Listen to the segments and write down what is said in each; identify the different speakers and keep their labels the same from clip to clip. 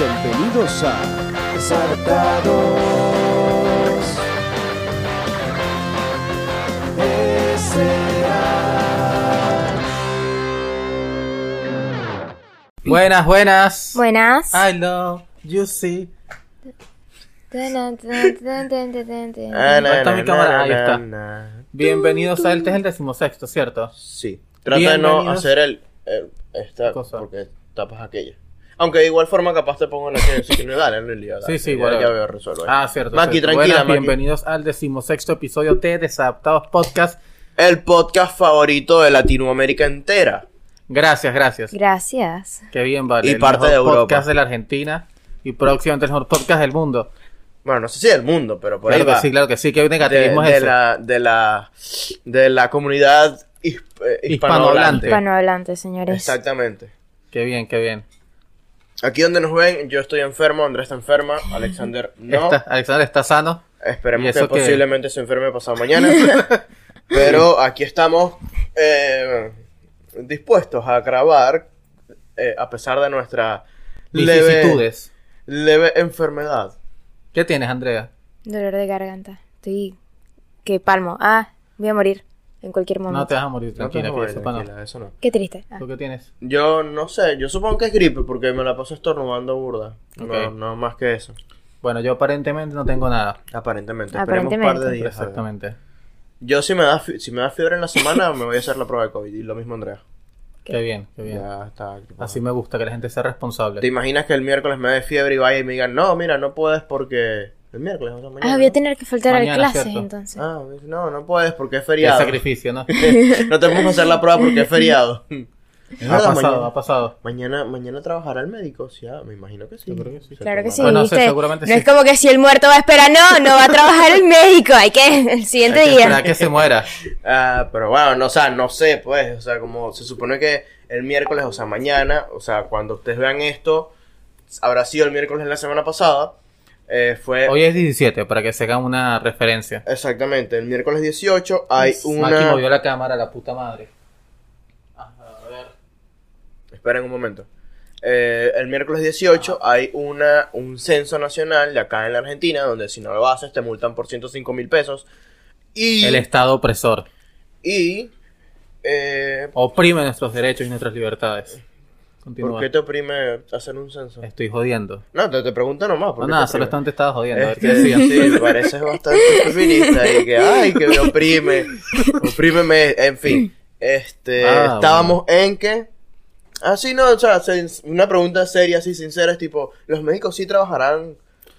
Speaker 1: Bienvenidos a Exaltados
Speaker 2: Buenas, buenas.
Speaker 3: Buenas.
Speaker 2: I love you, see.
Speaker 3: Bienvenidos
Speaker 2: ¿Dónde está mi cámara? Ahí está. Bienvenidos a este es el decimosexto, ¿cierto?
Speaker 4: Sí. Trata de no
Speaker 2: Bienvenidos.
Speaker 4: hacer el, el- esta
Speaker 2: Cosa.
Speaker 4: porque tapas aquella. Aunque de igual forma capaz te pongo en aquella, así que no dale, no le lío, dale.
Speaker 2: Sí, sí,
Speaker 4: Ya-
Speaker 2: igual.
Speaker 4: Ya veo, resuelvo. ahí.
Speaker 2: Ah, cierto.
Speaker 4: Maki,
Speaker 2: cierto.
Speaker 4: tranquila,
Speaker 2: Buenas,
Speaker 4: Maki.
Speaker 2: Bienvenidos al decimosexto episodio de Desadaptados Podcast.
Speaker 4: El podcast favorito de Latinoamérica entera.
Speaker 2: Gracias, gracias.
Speaker 3: Gracias.
Speaker 2: Qué bien, vale.
Speaker 4: Y
Speaker 2: El
Speaker 4: parte
Speaker 2: mejor
Speaker 4: de Europa.
Speaker 2: podcast de la Argentina y próximamente el mejor podcast del mundo.
Speaker 4: Bueno, no sé si del mundo, pero por
Speaker 2: claro
Speaker 4: ahí va.
Speaker 2: que sí, claro que sí. Qué
Speaker 4: de,
Speaker 2: negativismo
Speaker 4: de
Speaker 2: es eso.
Speaker 4: la, de la de la comunidad hisp-
Speaker 2: Hispanohablante.
Speaker 4: eh, hispanohablante.
Speaker 3: Hispanohablantes, señores.
Speaker 4: Exactamente.
Speaker 2: Qué bien, qué bien.
Speaker 4: Aquí donde nos ven, yo estoy enfermo, Andrés está enferma, Alexander no.
Speaker 2: Está- Alexander está sano. ¿Y
Speaker 4: Esperemos
Speaker 2: eso
Speaker 4: que
Speaker 2: qué?
Speaker 4: posiblemente se enferme pasado mañana. Pero aquí estamos eh, dispuestos a grabar eh, a pesar de nuestra leve,
Speaker 2: Vicisitudes.
Speaker 4: leve enfermedad.
Speaker 2: ¿Qué tienes, Andrea?
Speaker 3: Dolor de garganta. Estoy que palmo. Ah, voy a morir en cualquier momento.
Speaker 2: No te vas a morir, tranquila, que
Speaker 4: No te
Speaker 2: yo
Speaker 4: jodas,
Speaker 2: sepa, no.
Speaker 4: tranquila, eso no.
Speaker 3: Qué triste. Ah,
Speaker 2: ¿Tú qué tienes?
Speaker 4: Yo no sé, yo supongo que es gripe porque me la paso estornudando burda. No,
Speaker 2: Ok.
Speaker 4: no más que eso.
Speaker 2: Bueno, yo aparentemente no tengo nada.
Speaker 4: Aparentemente, esperemos un par de
Speaker 3: Aparentemente.
Speaker 4: días. a ver.
Speaker 2: Exactamente.
Speaker 4: Yo si me da fi- si me da fiebre en la semana me voy a hacer la prueba de COVID y lo mismo Andrea.
Speaker 2: Qué bien, qué bien.
Speaker 4: Ya está. gripado.
Speaker 2: Así me gusta que la gente sea responsable.
Speaker 4: ¿Te imaginas que el miércoles me dé fiebre y vaya y me digan, no, mira, no puedes porque. El miércoles, o sea, mañana.
Speaker 3: Ah, voy a
Speaker 4: ¿no?
Speaker 3: tener que faltar
Speaker 2: Mañana,
Speaker 3: a clases
Speaker 2: ¿cierto?
Speaker 3: entonces.
Speaker 4: Ah, me dice, no, no puedes porque es
Speaker 2: Qué
Speaker 4: feriado.
Speaker 2: sacrificio, ¿no?
Speaker 4: no te podemos hacer la prueba porque es feriado.
Speaker 2: Mm. ha
Speaker 4: verdad,
Speaker 2: pasado,
Speaker 4: mañana.
Speaker 2: ha pasado.
Speaker 4: mañana, mañana trabajará el médico, sí, ah, me imagino que sí.
Speaker 2: Yo creo que sí.
Speaker 4: Se
Speaker 3: Claro que
Speaker 4: tomará-
Speaker 3: sí,
Speaker 2: Bueno, sí,
Speaker 3: ¿viste?
Speaker 2: seguramente
Speaker 3: no
Speaker 2: sí.
Speaker 3: es como que si el muerto va a esperar, no, no va a trabajar el médico, hay que el siguiente
Speaker 2: Hay que
Speaker 3: día.
Speaker 2: esperar que se muera.
Speaker 4: Ah, pero bueno, no, o sea, no sé, pues, o sea, como se supone que el miércoles, o sea, mañana, o sea, cuando ustedes vean esto, habrá sido el miércoles de la semana pasada, eh, fue...
Speaker 2: Hoy es 17, para que se hagan una referencia.
Speaker 4: Exactamente, el miércoles 18 hay
Speaker 2: Maki movió
Speaker 4: una...
Speaker 2: la cámara, la puta madre. A ver.
Speaker 4: Esperen un momento. Eh, el miércoles 18 hay una, un censo nacional de acá en la Argentina, donde si no lo haces te multan por 105 mil pesos. Y...
Speaker 2: El Estado opresor
Speaker 4: y eh,
Speaker 2: oprime nuestros derechos y nuestras libertades.
Speaker 4: ¿Por
Speaker 2: Continúa.
Speaker 4: qué te oprime hacer un censo?
Speaker 2: Estoy jodiendo.
Speaker 4: No, te, te pregunto nomás. ¿por
Speaker 2: No,
Speaker 4: qué
Speaker 2: nada,
Speaker 4: te
Speaker 2: solo
Speaker 4: oprime?
Speaker 2: están te estabas jodiendo. a ver qué
Speaker 4: Este,
Speaker 2: decías.
Speaker 4: sí, me pareces bastante feminista y que, ay, que me oprime, oprímeme, en fin. Este,
Speaker 2: Ah,
Speaker 4: estábamos en que, así no, o sea, sen- una pregunta seria, así sincera, es tipo, ¿los médicos sí trabajarán?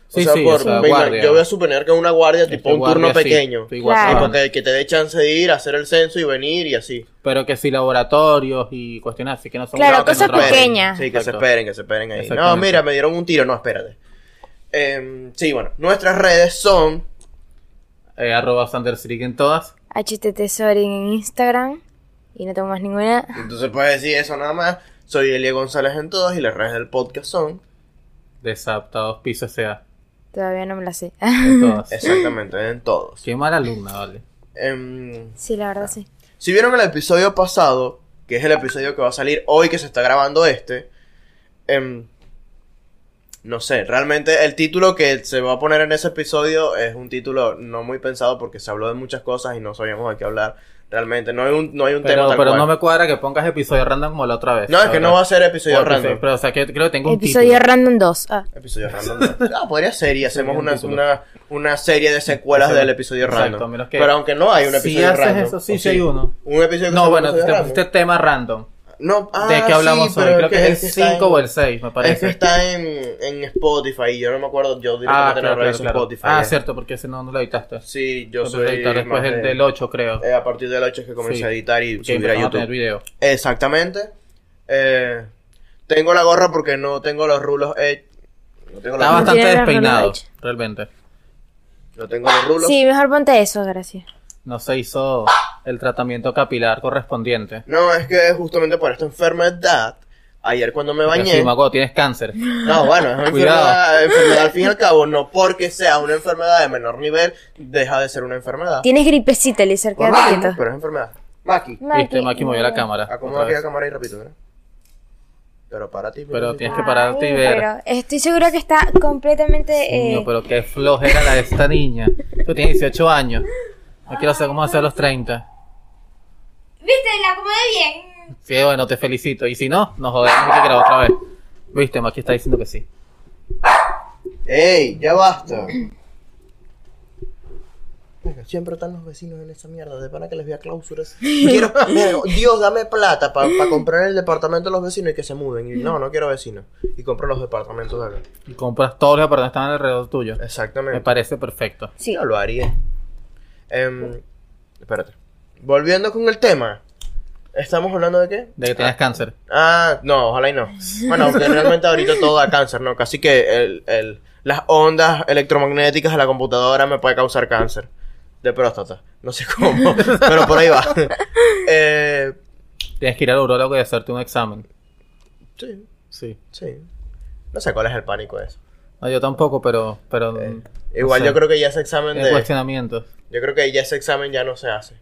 Speaker 2: Sí, sí, o sea,
Speaker 4: venga,
Speaker 2: guardia.
Speaker 4: yo voy a suponer que una guardia,
Speaker 2: Este
Speaker 4: tipo un turno
Speaker 2: guardia sí,
Speaker 4: pequeño.
Speaker 2: estoy igual
Speaker 3: Claro.
Speaker 2: trabajando.
Speaker 4: Tipo, que, que te dé chance de ir, hacer el censo y venir y así. Ah,
Speaker 2: Pero que sí, laboratorios y cuestiones así que no son
Speaker 3: Claro,
Speaker 2: no, que no
Speaker 3: cosas
Speaker 2: trabajan.
Speaker 3: pequeñas.
Speaker 4: Sí, que se
Speaker 2: Exacto.
Speaker 4: esperen, que se esperen ahí. No,
Speaker 2: Exactamente.
Speaker 4: mira, me dieron un tiro, no, espérate. Em, sí, bueno, nuestras redes son
Speaker 2: Eh, arroba Sander Sirik en todas.
Speaker 3: HTT Sorin en Instagram y no tengo más ninguna.
Speaker 4: Entonces puedes decir eso nada más. Soy Elia González en todas y las redes del podcast son.
Speaker 2: Desadaptados piso sea.
Speaker 3: Todavía no me la sé.
Speaker 2: En todas.
Speaker 4: Exactamente, en todos.
Speaker 2: Qué mala alumna, vale.
Speaker 4: Em,
Speaker 3: sí, la
Speaker 2: Ah,
Speaker 3: verdad sí.
Speaker 4: si vieron el episodio pasado, que es el episodio que va a salir hoy que se está grabando este, em, no sé, realmente el título que se va a poner en ese episodio es un título no muy pensado porque se habló de muchas cosas y no sabíamos de qué hablar. Realmente no hay un, no hay un tema
Speaker 2: Pero,
Speaker 4: tal
Speaker 2: pero
Speaker 4: cual.
Speaker 2: no me cuadra que pongas episodio random como la otra vez.
Speaker 4: No, es que
Speaker 2: Ahora.
Speaker 4: no va a ser episodio
Speaker 2: Porque
Speaker 4: random.
Speaker 2: sí, Pero, o sea, que creo que tengo un
Speaker 3: Episodio
Speaker 2: título.
Speaker 3: Random 2. Ah,
Speaker 4: Episodio random. Ah, podría ser y hacemos
Speaker 2: Sería un
Speaker 4: una,
Speaker 2: título.
Speaker 4: una, una serie de secuelas
Speaker 2: Exacto.
Speaker 4: del episodio
Speaker 2: Exacto,
Speaker 4: random.
Speaker 2: a menos que-
Speaker 4: Pero aunque no hay un
Speaker 2: Si
Speaker 4: episodio
Speaker 2: haces
Speaker 4: random.
Speaker 2: eso, sí,
Speaker 4: ¿o
Speaker 2: sí hay uno.
Speaker 4: Un episodio que
Speaker 2: No,
Speaker 4: se
Speaker 2: bueno,
Speaker 4: llama
Speaker 2: te
Speaker 4: episodio
Speaker 2: pusiste
Speaker 4: random.
Speaker 2: tema random.
Speaker 4: No, ah,
Speaker 2: ¿De qué hablamos
Speaker 4: sí,
Speaker 2: hoy?
Speaker 4: pero
Speaker 2: Creo que es
Speaker 4: que
Speaker 2: el
Speaker 4: está
Speaker 2: 5
Speaker 4: en-
Speaker 2: o el 6, me
Speaker 4: Es que
Speaker 2: parece.
Speaker 4: está en, en Spotify. Yo no me acuerdo. Yo
Speaker 2: Ah,
Speaker 4: directamente
Speaker 2: claro,
Speaker 4: no
Speaker 2: claro,
Speaker 4: reviso
Speaker 2: claro.
Speaker 4: Spotify.
Speaker 2: ah
Speaker 4: eh.
Speaker 2: cierto, porque ese no, no lo editaste.
Speaker 4: Sí, yo
Speaker 2: Entonces,
Speaker 4: soy.
Speaker 2: editar después
Speaker 4: más
Speaker 2: el
Speaker 4: de-
Speaker 2: del 8, creo.
Speaker 4: eh, a partir del 8 es que comencé
Speaker 2: Sí.
Speaker 4: a editar y
Speaker 2: que
Speaker 4: subir a
Speaker 2: empezamos a tener
Speaker 4: YouTube.
Speaker 2: video.
Speaker 4: Exactamente. Eh, tengo la gorra porque no tengo los rulos. eh, no tengo,
Speaker 2: Está
Speaker 4: los,
Speaker 2: bastante
Speaker 3: tiene la
Speaker 2: despeinado,
Speaker 3: Rolls
Speaker 2: realmente.
Speaker 4: no tengo los rulos.
Speaker 3: Sí, mejor ponte eso, gracias.
Speaker 2: No se hizo el tratamiento capilar correspondiente.
Speaker 4: No, es que justamente por esta enfermedad, ayer cuando me
Speaker 2: Porque
Speaker 4: bañé.
Speaker 2: así, Mago, tienes cáncer.
Speaker 4: No, bueno, es una
Speaker 2: Cuidado.
Speaker 4: enfermedad, enfermedad al fin y al cabo, no porque sea una enfermedad de menor nivel, deja de ser una enfermedad.
Speaker 3: Tienes gripecita, Lizar, quédate quieto.
Speaker 4: Pero es enfermedad. Maki,
Speaker 2: Viste, Maki movió la cámara.
Speaker 4: acomoda
Speaker 2: Ah, otra
Speaker 4: aquí
Speaker 2: vez.
Speaker 4: la cámara y repito, ¿verdad? ¿eh? Pero para ti,
Speaker 2: Pero tienes que pararte y ver.
Speaker 3: Pero estoy segura que está completamente. eh,
Speaker 2: No, pero qué flojera la de esta niña. Tú tienes 18 años. No quiero saber cómo hacer los 30.
Speaker 1: ¿Viste? La acomodé bien.
Speaker 2: Sí, bueno, te felicito. Y si no, nos jodemos hay que grabar otra vez. Viste, Maki está diciendo que sí.
Speaker 4: ¡Ey! ¡Ya basta! Venga, Siempre están los vecinos en esa mierda. De pana que les voy a clausuras. Quiero, mira, Dios, dame plata para comprar el departamento de los vecinos y que se muden. Y no, no quiero vecinos. Y compro los departamentos de acá.
Speaker 2: Y compras todos los apartamentos que están alrededor tuyo. Me
Speaker 4: Exactamente.
Speaker 2: parece perfecto.
Speaker 3: sí.
Speaker 4: Yo lo haría. Em, espérate. Volviendo con el tema. ¿Estamos hablando de qué?
Speaker 2: De que tienes cáncer.
Speaker 4: Ah, no, ojalá y no. Bueno, aunque realmente ahorita todo da cáncer, ¿no? Casi que el, el- las ondas electromagnéticas de la computadora me puede causar cáncer de próstata. No sé cómo, pero por ahí va. Eh,
Speaker 2: Tienes que ir al urólogo y hacerte un examen.
Speaker 4: sí,
Speaker 2: Sí.
Speaker 4: sí. No sé cuál es el pánico de eso.
Speaker 2: No, yo tampoco, pero. pero
Speaker 4: Eh, Igual yo creo que ya ese examen
Speaker 2: que.
Speaker 4: de...
Speaker 2: cuestionamientos.
Speaker 4: Yo creo que ya ese examen ya no se hace.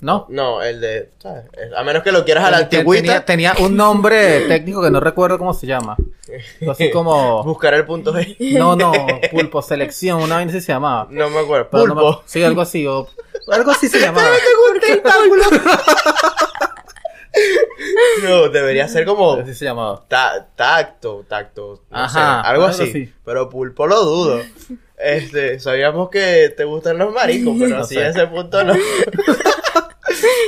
Speaker 2: ¿No?
Speaker 4: No, el de... ¿sabes? El- A menos que lo quieras a la
Speaker 2: Ten-
Speaker 4: antigüita.
Speaker 2: Tenía, tenía un nombre técnico que no recuerdo cómo se llama. Así como.
Speaker 4: Buscar el punto G.
Speaker 2: No, no, pulpo, selección, una vaina así se llamaba.
Speaker 4: No me acuerdo.
Speaker 2: Pero no me-
Speaker 4: Pulpo.
Speaker 2: sí, algo así. o- algo así se llamaba.
Speaker 4: No, debería ser como...
Speaker 2: Así se llamaba.
Speaker 4: Ta- tacto, tacto, no
Speaker 2: Ajá,
Speaker 4: sé, algo
Speaker 2: algo
Speaker 4: así.
Speaker 2: así.
Speaker 4: Pero pulpo lo dudo. Este, sabíamos que te gustan los maricos, pero
Speaker 2: No
Speaker 4: así
Speaker 2: sé.
Speaker 4: a ese punto no.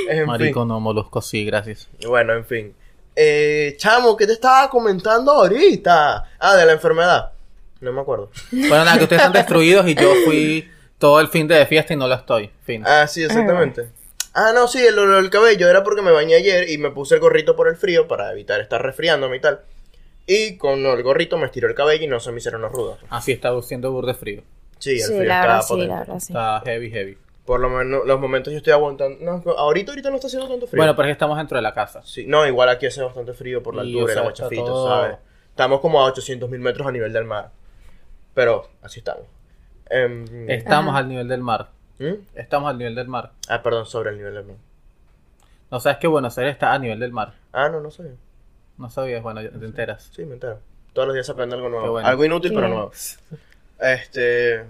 Speaker 4: en
Speaker 2: Marico, no, molusco, sí, gracias.
Speaker 4: fin. Bueno, en fin. Eh, chamo, ¿qué te estaba comentando ahorita? Ah, de la enfermedad. No me acuerdo.
Speaker 2: Bueno, nada, que ustedes están destruidos y yo fui todo el fin de fiesta y no lo estoy. Fin.
Speaker 4: Ah, sí, exactamente. Ah, no, sí, el olor del cabello era porque me bañé ayer y me puse el gorrito por el frío para evitar estar resfriándome y tal. Y con el gorrito me estiró el cabello y no se me hicieron los rudos.
Speaker 2: Así está luciendo burde frío.
Speaker 4: Sí, el
Speaker 3: Sí,
Speaker 4: frío
Speaker 3: la
Speaker 4: estaba
Speaker 3: verdad, sí,
Speaker 4: potente.
Speaker 3: la verdad, sí.
Speaker 2: Está heavy, heavy.
Speaker 4: Por lo menos los momentos yo estoy aguantando. No, ahorita, ahorita no está haciendo tanto frío.
Speaker 2: Bueno, pero es que estamos dentro de la casa.
Speaker 4: Sí, no, igual aquí hace bastante frío por la
Speaker 2: Y,
Speaker 4: altura
Speaker 2: o
Speaker 4: y
Speaker 2: sea,
Speaker 4: la
Speaker 2: está
Speaker 4: guachafita,
Speaker 2: todo-
Speaker 4: ¿sabes? Estamos como a 800 mil metros a nivel del mar. Pero así estamos. Em,
Speaker 2: Estamos
Speaker 3: Ajá.
Speaker 2: al nivel del mar.
Speaker 4: ¿Mm?
Speaker 2: Estamos al nivel del mar.
Speaker 4: Ah, perdón, sobre el nivel del mar.
Speaker 2: No sabes que Buenos Aires está a nivel del mar.
Speaker 4: Ah, no, no sabía.
Speaker 2: No sabías, bueno, ya te enteras.
Speaker 4: Sí, me entero. Todos los días se aprende algo
Speaker 2: Qué
Speaker 4: nuevo.
Speaker 2: bueno.
Speaker 4: Algo inútil,
Speaker 3: Sí.
Speaker 4: pero nuevo. Este.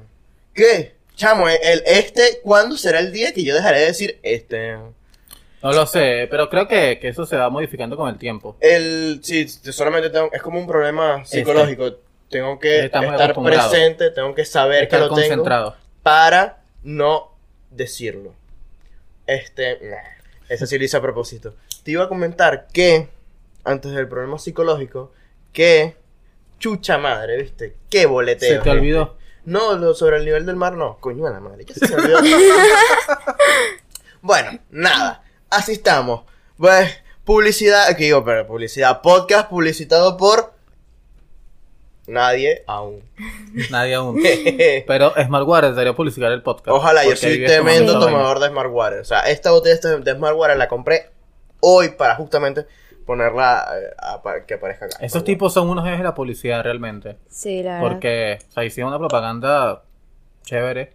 Speaker 4: ¿Qué? Chamo, el- el este, ¿cuándo será el día que yo dejaré de decir este?
Speaker 2: No lo sé, pero creo que, que eso se va modificando con el tiempo.
Speaker 4: El, sí, te- solamente tengo, es como un problema psicológico. Tengo que
Speaker 2: Este, Estamos
Speaker 4: estar
Speaker 2: acostumbrados.
Speaker 4: presente, tengo que saber
Speaker 2: Estar
Speaker 4: que lo
Speaker 2: concentrado.
Speaker 4: tengo para no decirlo. Este, nah, eso sí lo hice a propósito. Te iba a comentar que, antes del problema psicológico, que, chucha madre, viste, qué boleteo.
Speaker 2: Se te
Speaker 4: ¿viste?
Speaker 2: olvidó.
Speaker 4: No, lo sobre el nivel del mar no. Coño de la madre, ya se me olvidó. bueno, nada. Así estamos. Pues, publicidad. Aquí digo, pero publicidad. Podcast publicitado por. Nadie aún.
Speaker 2: Nadie aún. Pero Smartwater debería publicar el podcast.
Speaker 4: Ojalá, yo
Speaker 2: Porque ahí
Speaker 4: soy
Speaker 2: ves cómo
Speaker 4: tremendo
Speaker 2: se lo
Speaker 4: tomador de Smart Water. O sea, esta botella de- de Smart Water la compré hoy para justamente ponerla eh, a- para que aparezca acá.
Speaker 2: ven. Esos tipos son unos jefes de la publicidad realmente.
Speaker 3: Sí, la verdad.
Speaker 2: Porque, o sea, hicieron una propaganda chévere,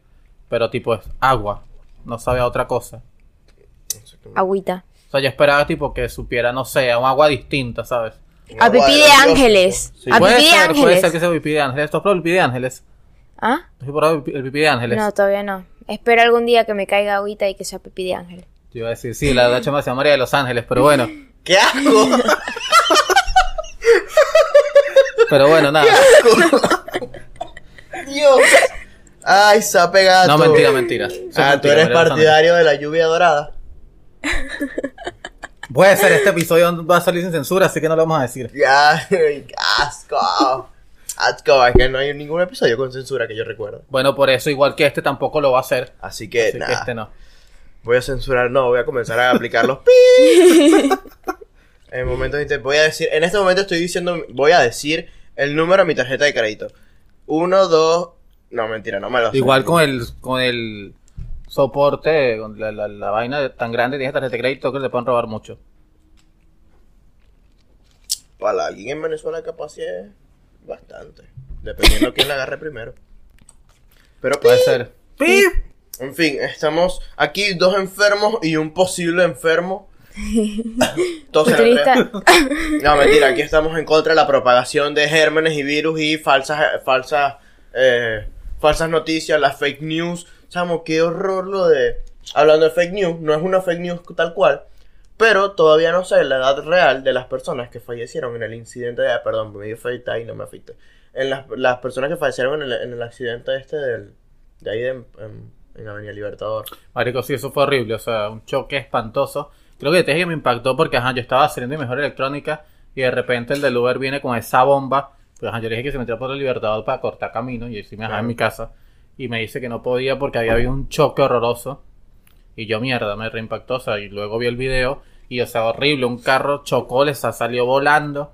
Speaker 2: pero tipo es agua. No sabe a otra cosa.
Speaker 3: Agüita.
Speaker 2: O sea, yo esperaba tipo que supiera, no sé, a un agua distinta, ¿sabes?
Speaker 3: A pipí de ángeles.
Speaker 4: Sí.
Speaker 3: A
Speaker 2: puede
Speaker 3: pipí de
Speaker 2: ser, puede ser que
Speaker 3: ángeles.
Speaker 2: sea pipí de ángeles. ¿Tú has probado el pipí de ángeles?
Speaker 3: ¿Ah?
Speaker 2: ¿Tú has probado el pi- el pipí de ángeles?
Speaker 3: No, todavía no. Espero algún día que me caiga agüita y que sea pipí de ángel.
Speaker 2: Yo iba a decir, sí, la verdad chama se llama María de los Ángeles, pero bueno.
Speaker 4: ¡Qué asco!
Speaker 2: Pero bueno, nada.
Speaker 4: Dios. Ay, se ha pegado.
Speaker 2: No, mentira, mentira. Eso es
Speaker 4: Ah, tú
Speaker 2: mentira, María de
Speaker 4: eres
Speaker 2: los Ángeles.
Speaker 4: partidario de la lluvia dorada.
Speaker 2: Puede ser, este episodio va a salir sin censura, así que no lo vamos a decir.
Speaker 4: Ya, qué asco. Asco, es que no hay ningún episodio con censura que yo recuerdo.
Speaker 2: Bueno, por eso, igual que este tampoco lo va a hacer.
Speaker 4: Así que,
Speaker 2: Así que
Speaker 4: nada,
Speaker 2: este no.
Speaker 4: voy a censurar, no, voy a comenzar a aplicar los pi. En momentos inter- voy a decir, en este momento estoy diciendo, voy a decir el número de mi tarjeta de crédito. Uno, dos, no, mentira, no me lo sé.
Speaker 2: Igual con el, con el soporte, con la, la- la vaina de- tan grande que tiene tarjeta de crédito que te pueden robar mucho.
Speaker 4: Para alguien en Venezuela capaz sí es bastante, dependiendo quién la agarre primero. Pero pues,
Speaker 2: Puede ser.
Speaker 4: En fin, estamos aquí dos enfermos y un posible enfermo. Entonces,
Speaker 3: Futurista.
Speaker 4: No, mentira, aquí estamos en contra de la propagación de gérmenes y virus y falsas, falsas, eh, falsas noticias, las fake news. Chamo, qué horror lo de... Hablando de fake news, no es una fake news tal cual, pero todavía no sé la edad real de las personas que fallecieron en el incidente de... Perdón, me dio fake y no me afecté. En las, las personas que fallecieron en el, en el accidente este del, de ahí de- en, en Avenida Libertador.
Speaker 2: Marico, sí, eso fue horrible, o sea, un choque espantoso. Creo que te dije que me impactó porque, ajá, yo estaba haciendo mi mejor electrónica y de repente el del Uber viene con esa bomba. Pues, ajá, yo le dije que se metió por el Libertador para cortar camino y sí me dejaba en
Speaker 4: Claro.
Speaker 2: mi casa. Y me dice que no podía porque había habido un choque horroroso. Y yo, mierda, me reimpactó, o sea, y luego vi el video y, o sea, horrible, un carro chocó, les salió volando.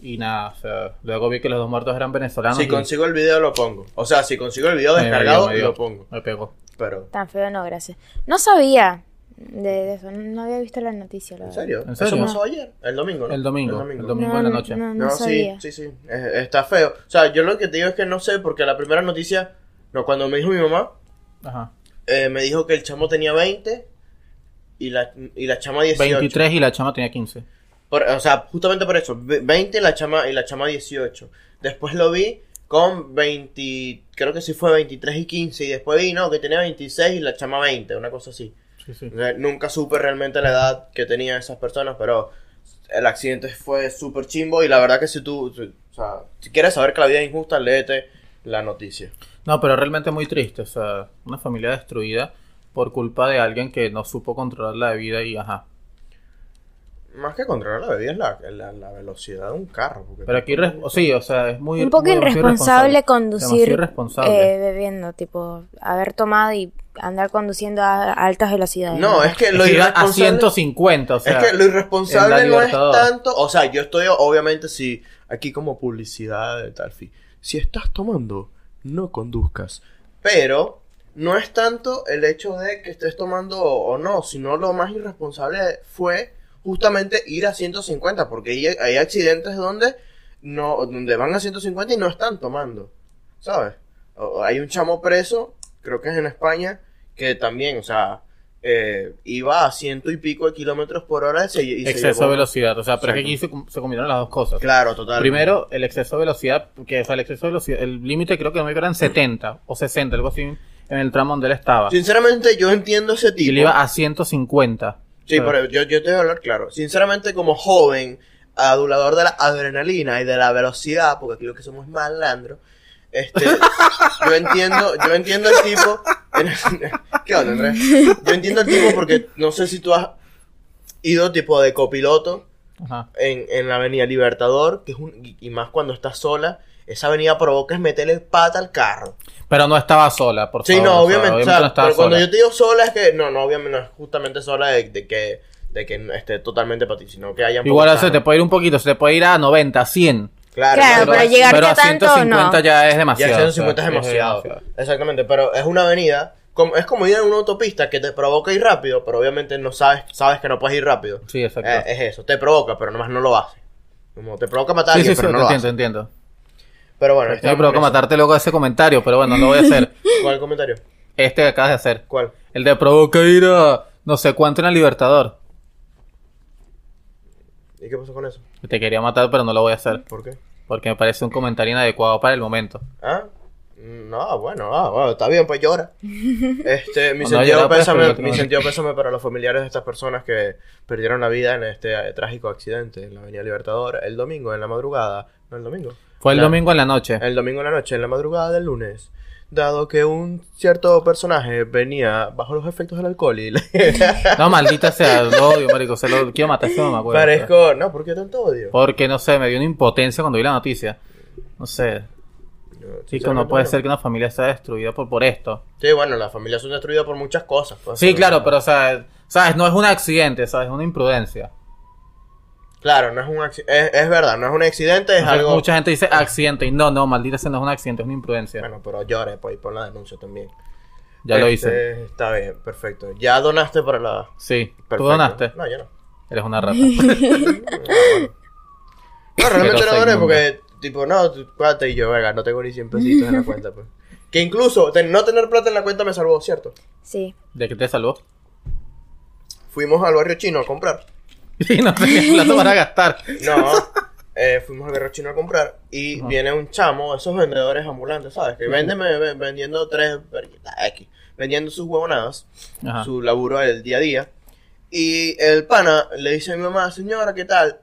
Speaker 2: Y nada, o sea, luego vi que los dos muertos eran venezolanos.
Speaker 4: Si
Speaker 2: y
Speaker 4: consigo el video lo pongo. O sea, si consigo el video
Speaker 2: me dio,
Speaker 4: descargado
Speaker 2: me dio,
Speaker 4: lo pongo.
Speaker 2: Me pegó.
Speaker 4: Pero...
Speaker 3: Tan feo, no, gracias. No sabía de, de eso, no había visto la noticia. La
Speaker 4: ¿En
Speaker 3: verdad.
Speaker 4: serio?
Speaker 2: ¿En serio?
Speaker 4: Eso pasó ayer, el domingo, ¿no?
Speaker 2: El domingo, el domingo.
Speaker 3: No,
Speaker 2: en la
Speaker 3: no,
Speaker 2: noche.
Speaker 3: No, no
Speaker 4: No, sí,
Speaker 3: sabía.
Speaker 4: sí, sí. Eh, Está feo. O sea, yo lo que te digo es que no sé, porque la primera noticia, no, cuando me dijo mi mamá,
Speaker 2: Ajá.
Speaker 4: eh, me dijo que el chamo tenía 20 y la, y la chama 18.
Speaker 2: 23 y la chama tenía 15.
Speaker 4: Por- o sea, justamente por eso, ve- 20 y la chama y la chama 18. Después lo vi con 20, creo que sí fue 23 y 15 y después vi no, que tenía 26 y la chama 20, una cosa así.
Speaker 2: Sí, sí.
Speaker 4: O sea, Nunca supe realmente la edad que tenían esas personas, pero el accidente fue súper chimbo y la verdad que si tú, o sea, si quieres saber que la vida es injusta, léete la noticia.
Speaker 2: No, pero realmente muy triste. O sea, una familia destruida por culpa de alguien que no supo controlar la vida y ajá.
Speaker 4: Más que controlar la bebida es la, la- la velocidad de un carro. porque-
Speaker 2: Pero aquí, irres- o sí, o sea, es muy.
Speaker 3: Un poco
Speaker 2: muy- demasiado
Speaker 3: irresponsable conducir
Speaker 2: Demasiado irresponsable.
Speaker 3: eh, bebiendo, tipo, haber tomado y andar conduciendo a altas velocidades.
Speaker 4: No, es que lo
Speaker 2: Es que iba a
Speaker 4: irresponsable...
Speaker 2: 150, o sea.
Speaker 4: es que lo irresponsable
Speaker 2: en la
Speaker 4: no es
Speaker 2: Libertador.
Speaker 4: tanto. O sea, yo estoy, obviamente, si aquí como publicidad de tal fin. Si estás tomando, no conduzcas. Pero no es tanto el hecho de que estés tomando o no, sino lo más irresponsable fue justamente ir a 150, porque hay, hay accidentes donde no donde van a 150 y no están tomando, ¿sabes? O- hay un chamo preso, creo que es en España, que también, o sea, eh, iba a ciento y pico de kilómetros por hora y se, y se
Speaker 2: exceso de
Speaker 4: llevó-
Speaker 2: velocidad. O sea, pero es que aquí
Speaker 4: Exacto.
Speaker 2: se, com- se combinaron las dos cosas.
Speaker 4: Claro, total.
Speaker 2: Primero, el exceso de velocidad, que o sea, el exceso de velocidad, el límite creo que no me eran 70 o 60, algo así, en el tramo donde él estaba.
Speaker 4: Sinceramente, yo entiendo ese tipo.
Speaker 2: y él iba a 150.
Speaker 4: Sí,
Speaker 2: O sea,
Speaker 4: pero yo, yo te voy a hablar claro. Sinceramente, como joven, adulador de la adrenalina y de la velocidad, porque aquí lo que somos es malandro, este, yo entiendo, yo entiendo el tipo. ¿Qué onda, Andrés? Yo entiendo el tipo porque no sé si tú has ido tipo de copiloto
Speaker 2: Ajá.
Speaker 4: en, en la avenida Libertador, que es un, y- y más cuando estás sola, esa avenida provoca es meterle pata al carro.
Speaker 2: Pero no estaba sola, por
Speaker 4: Sí,
Speaker 2: favor.
Speaker 4: no,
Speaker 2: o sea,
Speaker 4: obviamente. o sea,
Speaker 2: no estaba
Speaker 4: pero cuando
Speaker 2: sola.
Speaker 4: yo te digo sola es que. No, no, obviamente no es justamente sola de, de que de que no esté totalmente para ti, sino que haya un
Speaker 2: Igual
Speaker 4: poco-
Speaker 2: se te puede ir un poquito, se te puede ir a 90, 100.
Speaker 4: Claro,
Speaker 3: Claro,
Speaker 4: pero
Speaker 3: pero llega- Llegarte
Speaker 2: pero a
Speaker 3: a tanto,
Speaker 2: 150
Speaker 3: no.
Speaker 2: ya es
Speaker 4: Ya
Speaker 2: demasiado.
Speaker 4: 150 es
Speaker 2: o sea,
Speaker 4: demasiado. Exactamente, pero es una avenida. Como, es como ir en una autopista que te provoca ir rápido, pero obviamente no sabes sabes que no puedes ir rápido.
Speaker 2: Sí, exacto.
Speaker 4: Eh, es eso, te provoca, pero nomás no lo hace. Como te provoca matar a
Speaker 2: sí,
Speaker 4: alguien,
Speaker 2: sí, sí,
Speaker 4: pero
Speaker 2: te
Speaker 4: no lo
Speaker 2: entiendo,
Speaker 4: hace.
Speaker 2: entiendo.
Speaker 4: Pero bueno,
Speaker 2: Me
Speaker 4: estamos
Speaker 2: provoca
Speaker 4: en eso.
Speaker 2: matarte luego ese comentario, pero bueno, lo voy a hacer.
Speaker 4: ¿Cuál comentario?
Speaker 2: Este que acabas de hacer.
Speaker 4: ¿Cuál?
Speaker 2: El de provoca ir a no sé cuánto en el Libertador.
Speaker 4: ¿Y qué pasó con eso?
Speaker 2: Te quería matar, pero no lo voy a hacer.
Speaker 4: ¿Por qué?
Speaker 2: Porque me parece un comentario inadecuado para el momento.
Speaker 4: ¿Ah? No, bueno, ah, bueno, está bien, pues llora. Este, mi
Speaker 2: No,
Speaker 4: sentido
Speaker 2: llora, pues,
Speaker 4: pésame,
Speaker 2: pero no-
Speaker 4: mi sentido pésame para los familiares de estas personas que perdieron la vida en este eh, trágico accidente en la Avenida Libertador el domingo en la madrugada, no el domingo,
Speaker 2: Fue el
Speaker 4: Claro.
Speaker 2: domingo en la noche.
Speaker 4: el domingo en la noche, en la madrugada del lunes. Dado que un cierto personaje venía bajo los efectos del alcohol y le...
Speaker 2: No, maldita sea, lo odio, marico. Se lo quiero matar, se me acuerdo.
Speaker 4: parezco... No, ¿por qué tanto odio?
Speaker 2: Porque no sé, me dio una impotencia cuando vi la noticia. No sé. Chico, no puede ser que una familia sea destruida por, por esto.
Speaker 4: Sí, bueno, las familias son destruidas por muchas cosas. pues,
Speaker 2: Sí,
Speaker 4: pero-
Speaker 2: claro, pero o sea, sabes, no es un accidente, sabes, es una imprudencia.
Speaker 4: Claro, no es un acci- Es, es verdad, no es un accidente, es
Speaker 2: O sea,
Speaker 4: algo...
Speaker 2: Mucha gente dice accidente y no, no, maldita sea, no es un accidente, es una imprudencia.
Speaker 4: Bueno, pero llore, pues, y pon la denuncia también.
Speaker 2: ya lo hice.
Speaker 4: Este, Está bien, perfecto. Ya donaste para la.
Speaker 2: Sí, tú
Speaker 4: Perfecto.
Speaker 2: donaste.
Speaker 4: No, yo no.
Speaker 2: Eres una rata.
Speaker 4: No, realmente
Speaker 2: Pero
Speaker 4: no doné
Speaker 2: soy
Speaker 4: porque, tipo, no, tú- cuate y yo, verga, no tengo ni 100 pesitos en la cuenta, pues. Que incluso ten- no tener plata en la cuenta me salvó, ¿cierto?
Speaker 3: Sí.
Speaker 2: ¿De qué te salvó?
Speaker 4: Fuimos al barrio chino a comprar.
Speaker 2: Y no tenía plata para gastar.
Speaker 4: No, eh, fuimos al barrio chino a comprar y
Speaker 2: Ajá.
Speaker 4: viene un chamo, esos vendedores ambulantes, ¿sabes? Que véndeme ve- vendiendo tres verguitas X, vendiendo sus huevonadas,
Speaker 2: Ajá.
Speaker 4: su laburo del día a día. Y el pana le dice a mi mamá, señora, ¿qué tal?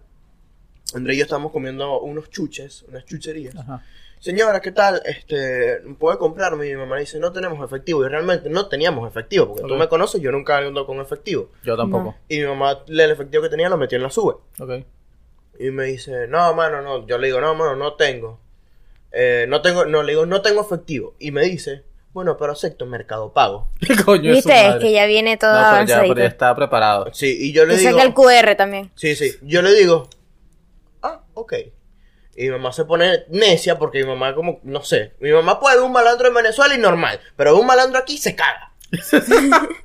Speaker 4: André y yo estamos comiendo unos chuches, unas chucherías.
Speaker 2: Ajá.
Speaker 4: Señora, ¿qué tal? Este, ¿puede comprarme? Y mi mamá le dice, no tenemos efectivo. Y realmente no teníamos efectivo, porque tú
Speaker 2: Ok.
Speaker 4: me conoces, yo nunca ando con efectivo.
Speaker 2: Yo tampoco.
Speaker 4: Y mi mamá, el efectivo que tenía, lo metió en la sube.
Speaker 2: Ok.
Speaker 4: Y me dice, no, mano, no. Yo le digo, no, mano, no tengo. Eh, no tengo, no, le digo, no tengo efectivo. Y me dice, bueno, pero acepto mercado pago.
Speaker 2: ¿Qué coño es su
Speaker 3: Viste, es
Speaker 2: madre?
Speaker 3: que ya viene todo
Speaker 2: No, pero ya,
Speaker 3: avanzadito.
Speaker 2: pero ya estaba preparado.
Speaker 4: Sí, y yo le
Speaker 3: Te
Speaker 4: digo...
Speaker 3: saca el QR también.
Speaker 4: Sí, sí. Yo le digo, ah, ok. Y mi mamá se pone necia porque mi mamá como, no sé, mi mamá puede ver un malandro en Venezuela y normal, pero ve un malandro aquí y se caga.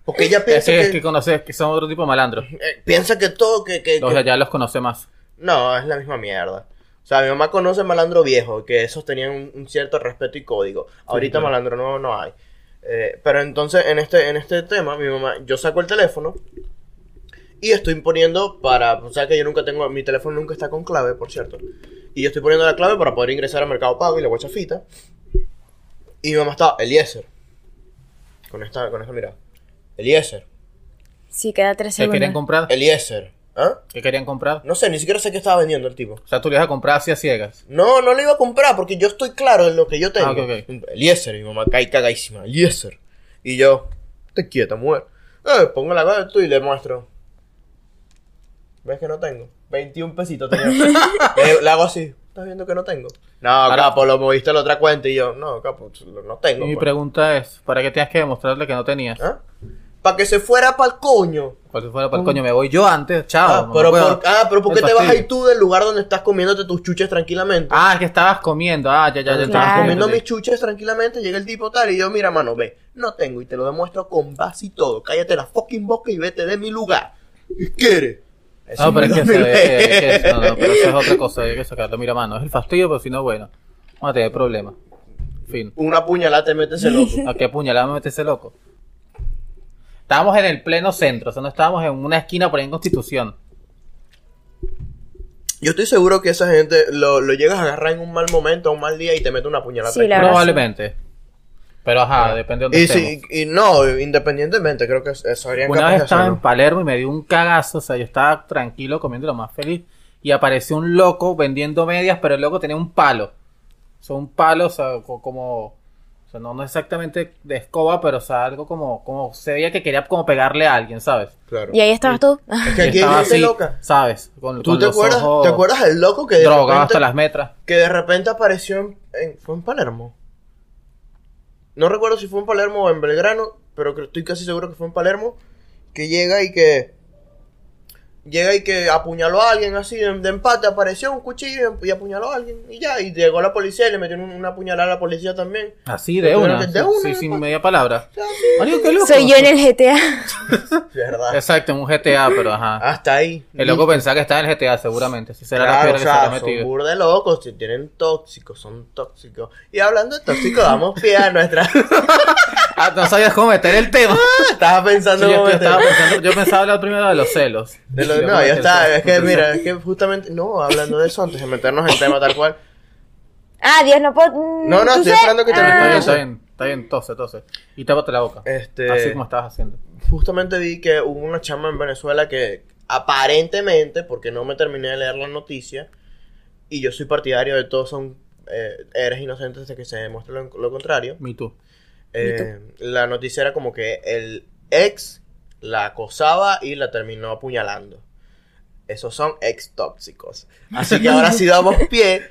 Speaker 4: Porque ella
Speaker 2: Es
Speaker 4: piensa
Speaker 2: que,
Speaker 4: que,
Speaker 2: es que conoces, que son otro tipo de malandros.
Speaker 4: eh, piensa que todo, que, que-
Speaker 2: Los
Speaker 4: que-
Speaker 2: de allá los conoce más.
Speaker 4: No, es la misma mierda. O sea, mi mamá conoce malandro viejo, que esos tenían un, un cierto respeto y código. Ahorita
Speaker 2: claro.
Speaker 4: malandro nuevo no hay. Eh, pero entonces, en este, en este tema, mi mamá, yo saco el teléfono y estoy poniendo para. O sea, que yo nunca tengo. Mi teléfono nunca está con clave, por cierto. Y yo estoy poniendo la clave para poder ingresar a Mercado Pago y la guachafita. Y mi mamá está, Eliezer. Con esta, con esta mirada. Eliezer.
Speaker 3: Sí, queda tres
Speaker 2: ¿Qué querían
Speaker 3: segundos.
Speaker 2: comprar?
Speaker 4: Eliezer. ¿Ah?
Speaker 2: ¿Qué querían comprar?
Speaker 4: No sé, ni siquiera sé qué estaba vendiendo el tipo.
Speaker 2: O sea, tú le ibas a comprar así a ciegas.
Speaker 4: No, no le iba a comprar porque yo estoy claro en lo que yo tengo.
Speaker 2: Ah, ok, ok.
Speaker 4: Eliezer, mi mamá cae cagadísima. Eliezer. Y yo, te quieta, mujer. Eh, pongo la cara tú y le muestro. ¿Ves que no tengo? 21 pesitos tenía. Eh, le, le hago así. ¿Estás viendo que no tengo? No,
Speaker 2: Ahora-
Speaker 4: capo, lo moviste a la otra cuenta y yo, no, capo, no
Speaker 2: Y
Speaker 4: tengo.
Speaker 2: mi
Speaker 4: pues.
Speaker 2: pregunta es, ¿para qué tenías que demostrarle que no tenías?
Speaker 4: ¿Ah? Para que se fuera pa'l coño.
Speaker 2: Porque fuera
Speaker 3: Mm.
Speaker 2: para el coño, me voy yo antes, chao.
Speaker 4: Ah,
Speaker 2: no
Speaker 4: pero
Speaker 2: puedo.
Speaker 4: por, ah, pero ¿por qué
Speaker 2: El
Speaker 4: te vas a
Speaker 2: fastidio.
Speaker 4: ir tú del lugar donde estás comiéndote tus chuches tranquilamente?
Speaker 2: Ah, es que estabas comiendo. Ah, ya, ya, ya.
Speaker 4: Yo
Speaker 2: estabas
Speaker 3: Claro.
Speaker 4: comiendo mis
Speaker 2: entendí.
Speaker 4: chuches tranquilamente, llega el tipo tal y yo, mira, mano, ve, no tengo y te lo demuestro con base y todo. Cállate la fucking boca y vete de mi lugar. ¿Qué quieres?
Speaker 2: No, pero es que, se ve, es que eso, no, no, pero eso es otra cosa, hay que sacarlo. Mira, mano, es el fastidio, pero si no, bueno, vamos a tener problemas. Fin.
Speaker 4: Una puñalada te metes el loco.
Speaker 2: ¿A qué puñalada me ese loco? Estábamos en el pleno centro, o sea, no estábamos en una esquina por ahí en Constitución.
Speaker 4: Yo estoy seguro que esa gente lo, lo llegas a agarrar en un mal momento, un mal día y te mete una puñalada.
Speaker 3: Sí, la
Speaker 4: tranquila.
Speaker 3: verdad.
Speaker 2: Probablemente. Pero ajá, depende de dónde
Speaker 4: y,
Speaker 2: estemos.
Speaker 4: sí, y no, independientemente, creo que eso habrían
Speaker 2: Una
Speaker 4: capaz
Speaker 2: vez
Speaker 4: de
Speaker 2: estaba en
Speaker 4: hacerlo.
Speaker 2: Palermo y me dio un cagazo, o sea, yo estaba tranquilo comiendo lo más feliz y apareció un loco vendiendo medias, pero el loco tenía un palo. O sea, un palo, o sea, co- como o sea, no, no exactamente de escoba, pero o sea, algo como como se veía que quería como pegarle a alguien, ¿sabes?
Speaker 4: Claro.
Speaker 3: Y ahí estabas tú.
Speaker 4: Es que
Speaker 2: Y
Speaker 4: aquí hay
Speaker 2: estaba
Speaker 4: gente
Speaker 2: así,
Speaker 4: loca.
Speaker 2: ¿sabes? Con,
Speaker 4: ¿Tú
Speaker 2: con
Speaker 4: te
Speaker 2: los
Speaker 4: acuerdas,
Speaker 2: ojos
Speaker 4: te acuerdas del loco que de,
Speaker 2: drogado
Speaker 4: repente,
Speaker 2: hasta las metras.
Speaker 4: que de repente apareció en, en- ¿Fue en Palermo? No recuerdo si fue en Palermo o en Belgrano, pero creo- estoy casi seguro que fue en Palermo. Que llega y que... Llega y que apuñaló a alguien así, de, de empate, apareció un cuchillo y, y apuñaló a alguien. Y ya, y llegó la policía y le metió un- una puñalada a la policía también.
Speaker 2: Así de
Speaker 4: Pero
Speaker 2: una,
Speaker 4: de- de
Speaker 2: sí,
Speaker 4: una, pues.
Speaker 2: sí,
Speaker 4: de
Speaker 2: sin
Speaker 4: una.
Speaker 2: media palabra. Marico, qué loco.
Speaker 3: Soy yo en el GTA.
Speaker 4: ¿Verdad?
Speaker 2: Exacto, en un GTA, pero ajá.
Speaker 4: Hasta ahí.
Speaker 2: El loco pensaba que estaba en el GTA, seguramente. Si será la
Speaker 4: Ah,
Speaker 2: piedra
Speaker 4: Claro, o
Speaker 2: que se habrá
Speaker 4: sea, son
Speaker 2: metido.
Speaker 4: burde locos, si tienen tóxicos, son tóxicos. Y hablando de tóxicos, damos pie a nuestra...
Speaker 2: Ah, no sabías cómo meter el tema.
Speaker 4: Estaba pensando
Speaker 2: Sí, yo,
Speaker 4: este- Ah, cómo
Speaker 2: yo
Speaker 4: meter-
Speaker 2: estaba pensando, yo pensaba hablar primero de los celos.
Speaker 4: De lo-
Speaker 2: Yo
Speaker 4: no,
Speaker 2: como
Speaker 4: ya
Speaker 2: que-
Speaker 4: está. Es que, mira, es que justamente. No, hablando de eso, antes de meternos en tema tal cual.
Speaker 3: Ah, Dios, no puedo. mm,
Speaker 4: No, no,
Speaker 3: ¿tú
Speaker 4: estoy
Speaker 3: sabes? Ah.
Speaker 4: esperando que te
Speaker 2: Está bien,
Speaker 4: respondas.
Speaker 2: está bien, está bien, tose, tose. Y tápate la boca.
Speaker 4: Este-
Speaker 2: Así como estabas haciendo.
Speaker 4: Justamente vi que hubo una chama en Venezuela que aparentemente, porque no me terminé de leer la noticia, y yo soy partidario de todos son. eh, eres inocente hasta que se demuestre lo, lo contrario.
Speaker 2: Me too.
Speaker 4: Eh, la noticia era como que el ex la acosaba y la terminó apuñalando. Esos son ex tóxicos. Así que ahora sí damos pie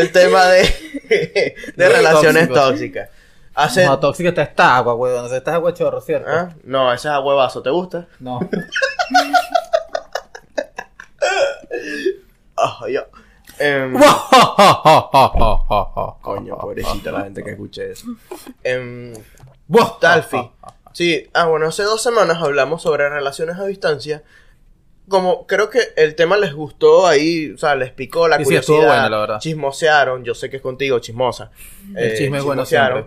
Speaker 4: al tema de, de
Speaker 2: Los
Speaker 4: relaciones
Speaker 2: tóxicos.
Speaker 4: tóxicas. Hace-
Speaker 2: No, tóxica está esta agua, weón. O sea, esta agua chorro, ¿cierto?
Speaker 4: ¿Ah? No, ese es a huevazo, ¿te gusta?
Speaker 2: No.
Speaker 4: Ah, ya. Em,
Speaker 2: Coño,
Speaker 4: coño, pobrecita la gente que escuche eso. Em, Talfi. Sí, ah, bueno, hace dos semanas hablamos sobre relaciones a distancia. Como creo que el tema les gustó ahí, o sea, les picó la
Speaker 2: Y sí,
Speaker 4: curiosidad.
Speaker 2: estuvo bueno, la verdad.
Speaker 4: Chismosearon, yo sé que es contigo, chismosa.
Speaker 2: El chisme es bueno
Speaker 4: chismosearon.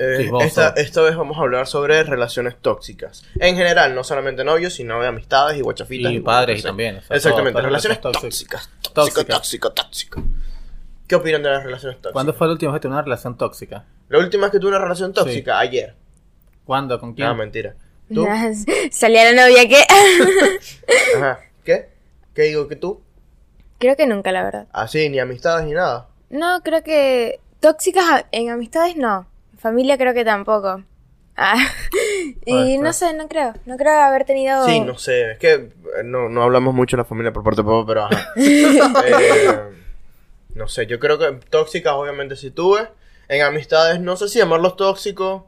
Speaker 4: Eh,
Speaker 2: Chismoso.
Speaker 4: esta, esta vez vamos a hablar sobre relaciones tóxicas. En general, no solamente novios, sino de amistades y guachafitas.
Speaker 2: Y padres
Speaker 4: lo que
Speaker 2: y
Speaker 4: sea.
Speaker 2: también, o sea,
Speaker 4: Exactamente,
Speaker 2: todo, todo lo que
Speaker 4: relaciones
Speaker 2: sea tóxico.
Speaker 4: tóxicas. Tóxico,
Speaker 2: Tóxicas.
Speaker 4: tóxico, tóxico. ¿Qué opinan de las relaciones tóxicas?
Speaker 2: ¿Cuándo fue la última vez que tuve una relación tóxica?
Speaker 4: La última vez que tuve una relación tóxica, ayer.
Speaker 2: ¿Cuándo? ¿Con quién?
Speaker 4: No, mentira. ¿Tú?
Speaker 3: Nah, Ah, Salía la novia que...
Speaker 4: Ajá. ¿Qué? ¿Qué digo que tú?
Speaker 3: creo que nunca, la verdad.
Speaker 4: Así, ni amistades ni nada.
Speaker 3: No, creo que... Tóxicas a- en amistades no. Familia creo que tampoco. Ah,
Speaker 2: Puede
Speaker 3: y
Speaker 2: ser.
Speaker 3: no sé, no creo. No creo haber tenido...
Speaker 4: Sí, no sé, es que eh, no, no hablamos mucho de la familia por parte de papá, pero ajá. Eh, no sé, yo creo que tóxicas obviamente sí tuve. En amistades, no sé si llamarlos tóxicos.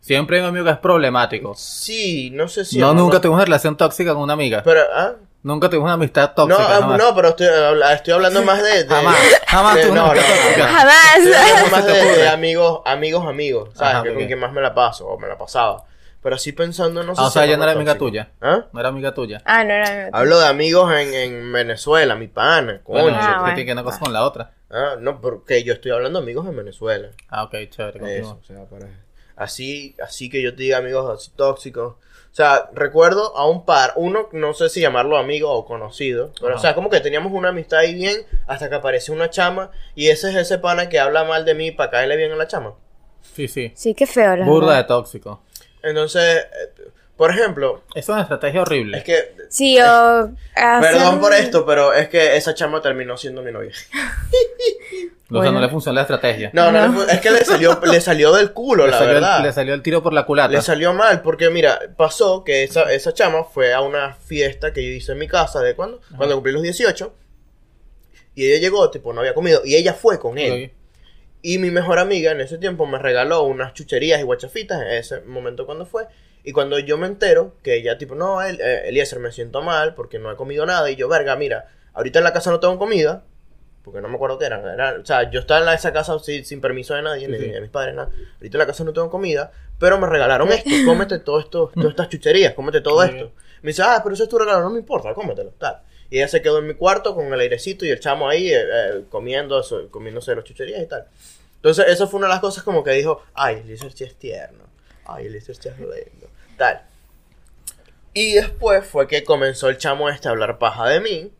Speaker 2: Siempre hay un amigo que es problemático.
Speaker 4: Sí, no sé si.
Speaker 2: no,
Speaker 4: llamarlos-
Speaker 2: nunca tuvimos una relación tóxica con una amiga.
Speaker 4: Pero, ¿ah?
Speaker 2: Nunca tuvimos una amistad
Speaker 4: No,
Speaker 2: tóxica.
Speaker 4: ah,
Speaker 2: jamás.
Speaker 4: no, pero estoy, habla- estoy hablando más de. de-
Speaker 2: Jamás, jamás
Speaker 4: de-
Speaker 2: tuve una
Speaker 4: no, no,
Speaker 2: amistad
Speaker 4: no,
Speaker 2: tóxica.
Speaker 4: Estoy
Speaker 3: Jamás.
Speaker 4: hablando más
Speaker 2: Se te
Speaker 4: de, de
Speaker 2: ocurre.
Speaker 4: amigos, amigos, amigos. ¿Sabes?
Speaker 2: Ajá,
Speaker 4: que con
Speaker 2: ok.
Speaker 4: quien más me la paso o me la pasaba. Pero así pensando, no sé
Speaker 2: Ah, o sea,
Speaker 4: llamarlo
Speaker 2: ya no era amiga
Speaker 4: tóxico.
Speaker 2: tuya.
Speaker 4: ¿Ah?
Speaker 2: No era amiga tuya.
Speaker 3: Ah, no, no, no.
Speaker 4: Hablo de amigos en, en Venezuela, mi pana, coño.
Speaker 2: Bueno,
Speaker 3: Ah,
Speaker 2: que
Speaker 3: bueno.
Speaker 2: tiene que ver una cosa con la otra.
Speaker 4: Ah, no, porque yo estoy hablando de amigos en Venezuela.
Speaker 2: Ah, ok, chévere,
Speaker 4: Eso,
Speaker 2: continúa.
Speaker 4: o sea, para- Así, así que yo te diga amigos así tóxicos. O sea, recuerdo a un par, uno, no sé si llamarlo amigo o conocido, pero o
Speaker 2: Ajá.
Speaker 4: sea, como que teníamos una amistad ahí bien hasta que apareció una chama y ese es ese pana que habla mal de mí para caerle bien a la chama.
Speaker 2: Sí, sí.
Speaker 3: Sí, qué feo, la
Speaker 2: Burla de
Speaker 3: verdad.
Speaker 2: tóxico.
Speaker 4: Entonces, eh, por ejemplo,
Speaker 2: Es una estrategia horrible.
Speaker 4: es que,
Speaker 3: Sí, o...
Speaker 4: Eh, perdón
Speaker 3: hacer-
Speaker 4: por esto, pero es que esa chama terminó siendo mi novia.
Speaker 2: O sea,
Speaker 3: Bueno.
Speaker 2: no le funciona la estrategia.
Speaker 4: No, no, le fu- es que le salió, le salió del culo,
Speaker 2: le,
Speaker 4: la
Speaker 2: salió
Speaker 4: verdad.
Speaker 2: el, le salió el tiro por la culata.
Speaker 4: Le salió mal, porque mira, pasó que esa, esa chama fue a una fiesta que yo hice en mi casa, ¿de cuándo? Cuando cumplí los 18. Y ella llegó, tipo, no había comido. Y ella fue con él.
Speaker 2: Ok.
Speaker 4: Y mi mejor amiga en ese tiempo me regaló unas chucherías y guachafitas en ese momento cuando fue. Y cuando yo me entero que ella, tipo, no, el, eh, Eliezer, me siento mal porque no he comido nada. Y yo, verga, mira, ahorita en la casa no tengo comida. Porque no me acuerdo qué era. era- o sea, yo estaba en la- esa casa sin, sin permiso de nadie, ni
Speaker 2: Sí, sí.
Speaker 4: de mis padres, nada. Ahorita en la casa no tengo comida, pero me regalaron esto. Cómete todo esto, todas estas chucherías, cómete
Speaker 2: Muy
Speaker 4: todo esto. Me dice, ah, pero eso es tu regalo, no me importa, cómetelo, tal. Y ella se quedó en mi cuarto con el airecito y el chamo ahí eh, eh, comiendo, eso- comiéndose las chucherías y tal. Entonces, esa fue una de las cosas como que dijo, ay, Eliezer sí es tierno, ay, Eliezer sí es lindo, tal. Y después fue que comenzó el chamo este a hablar paja de mí,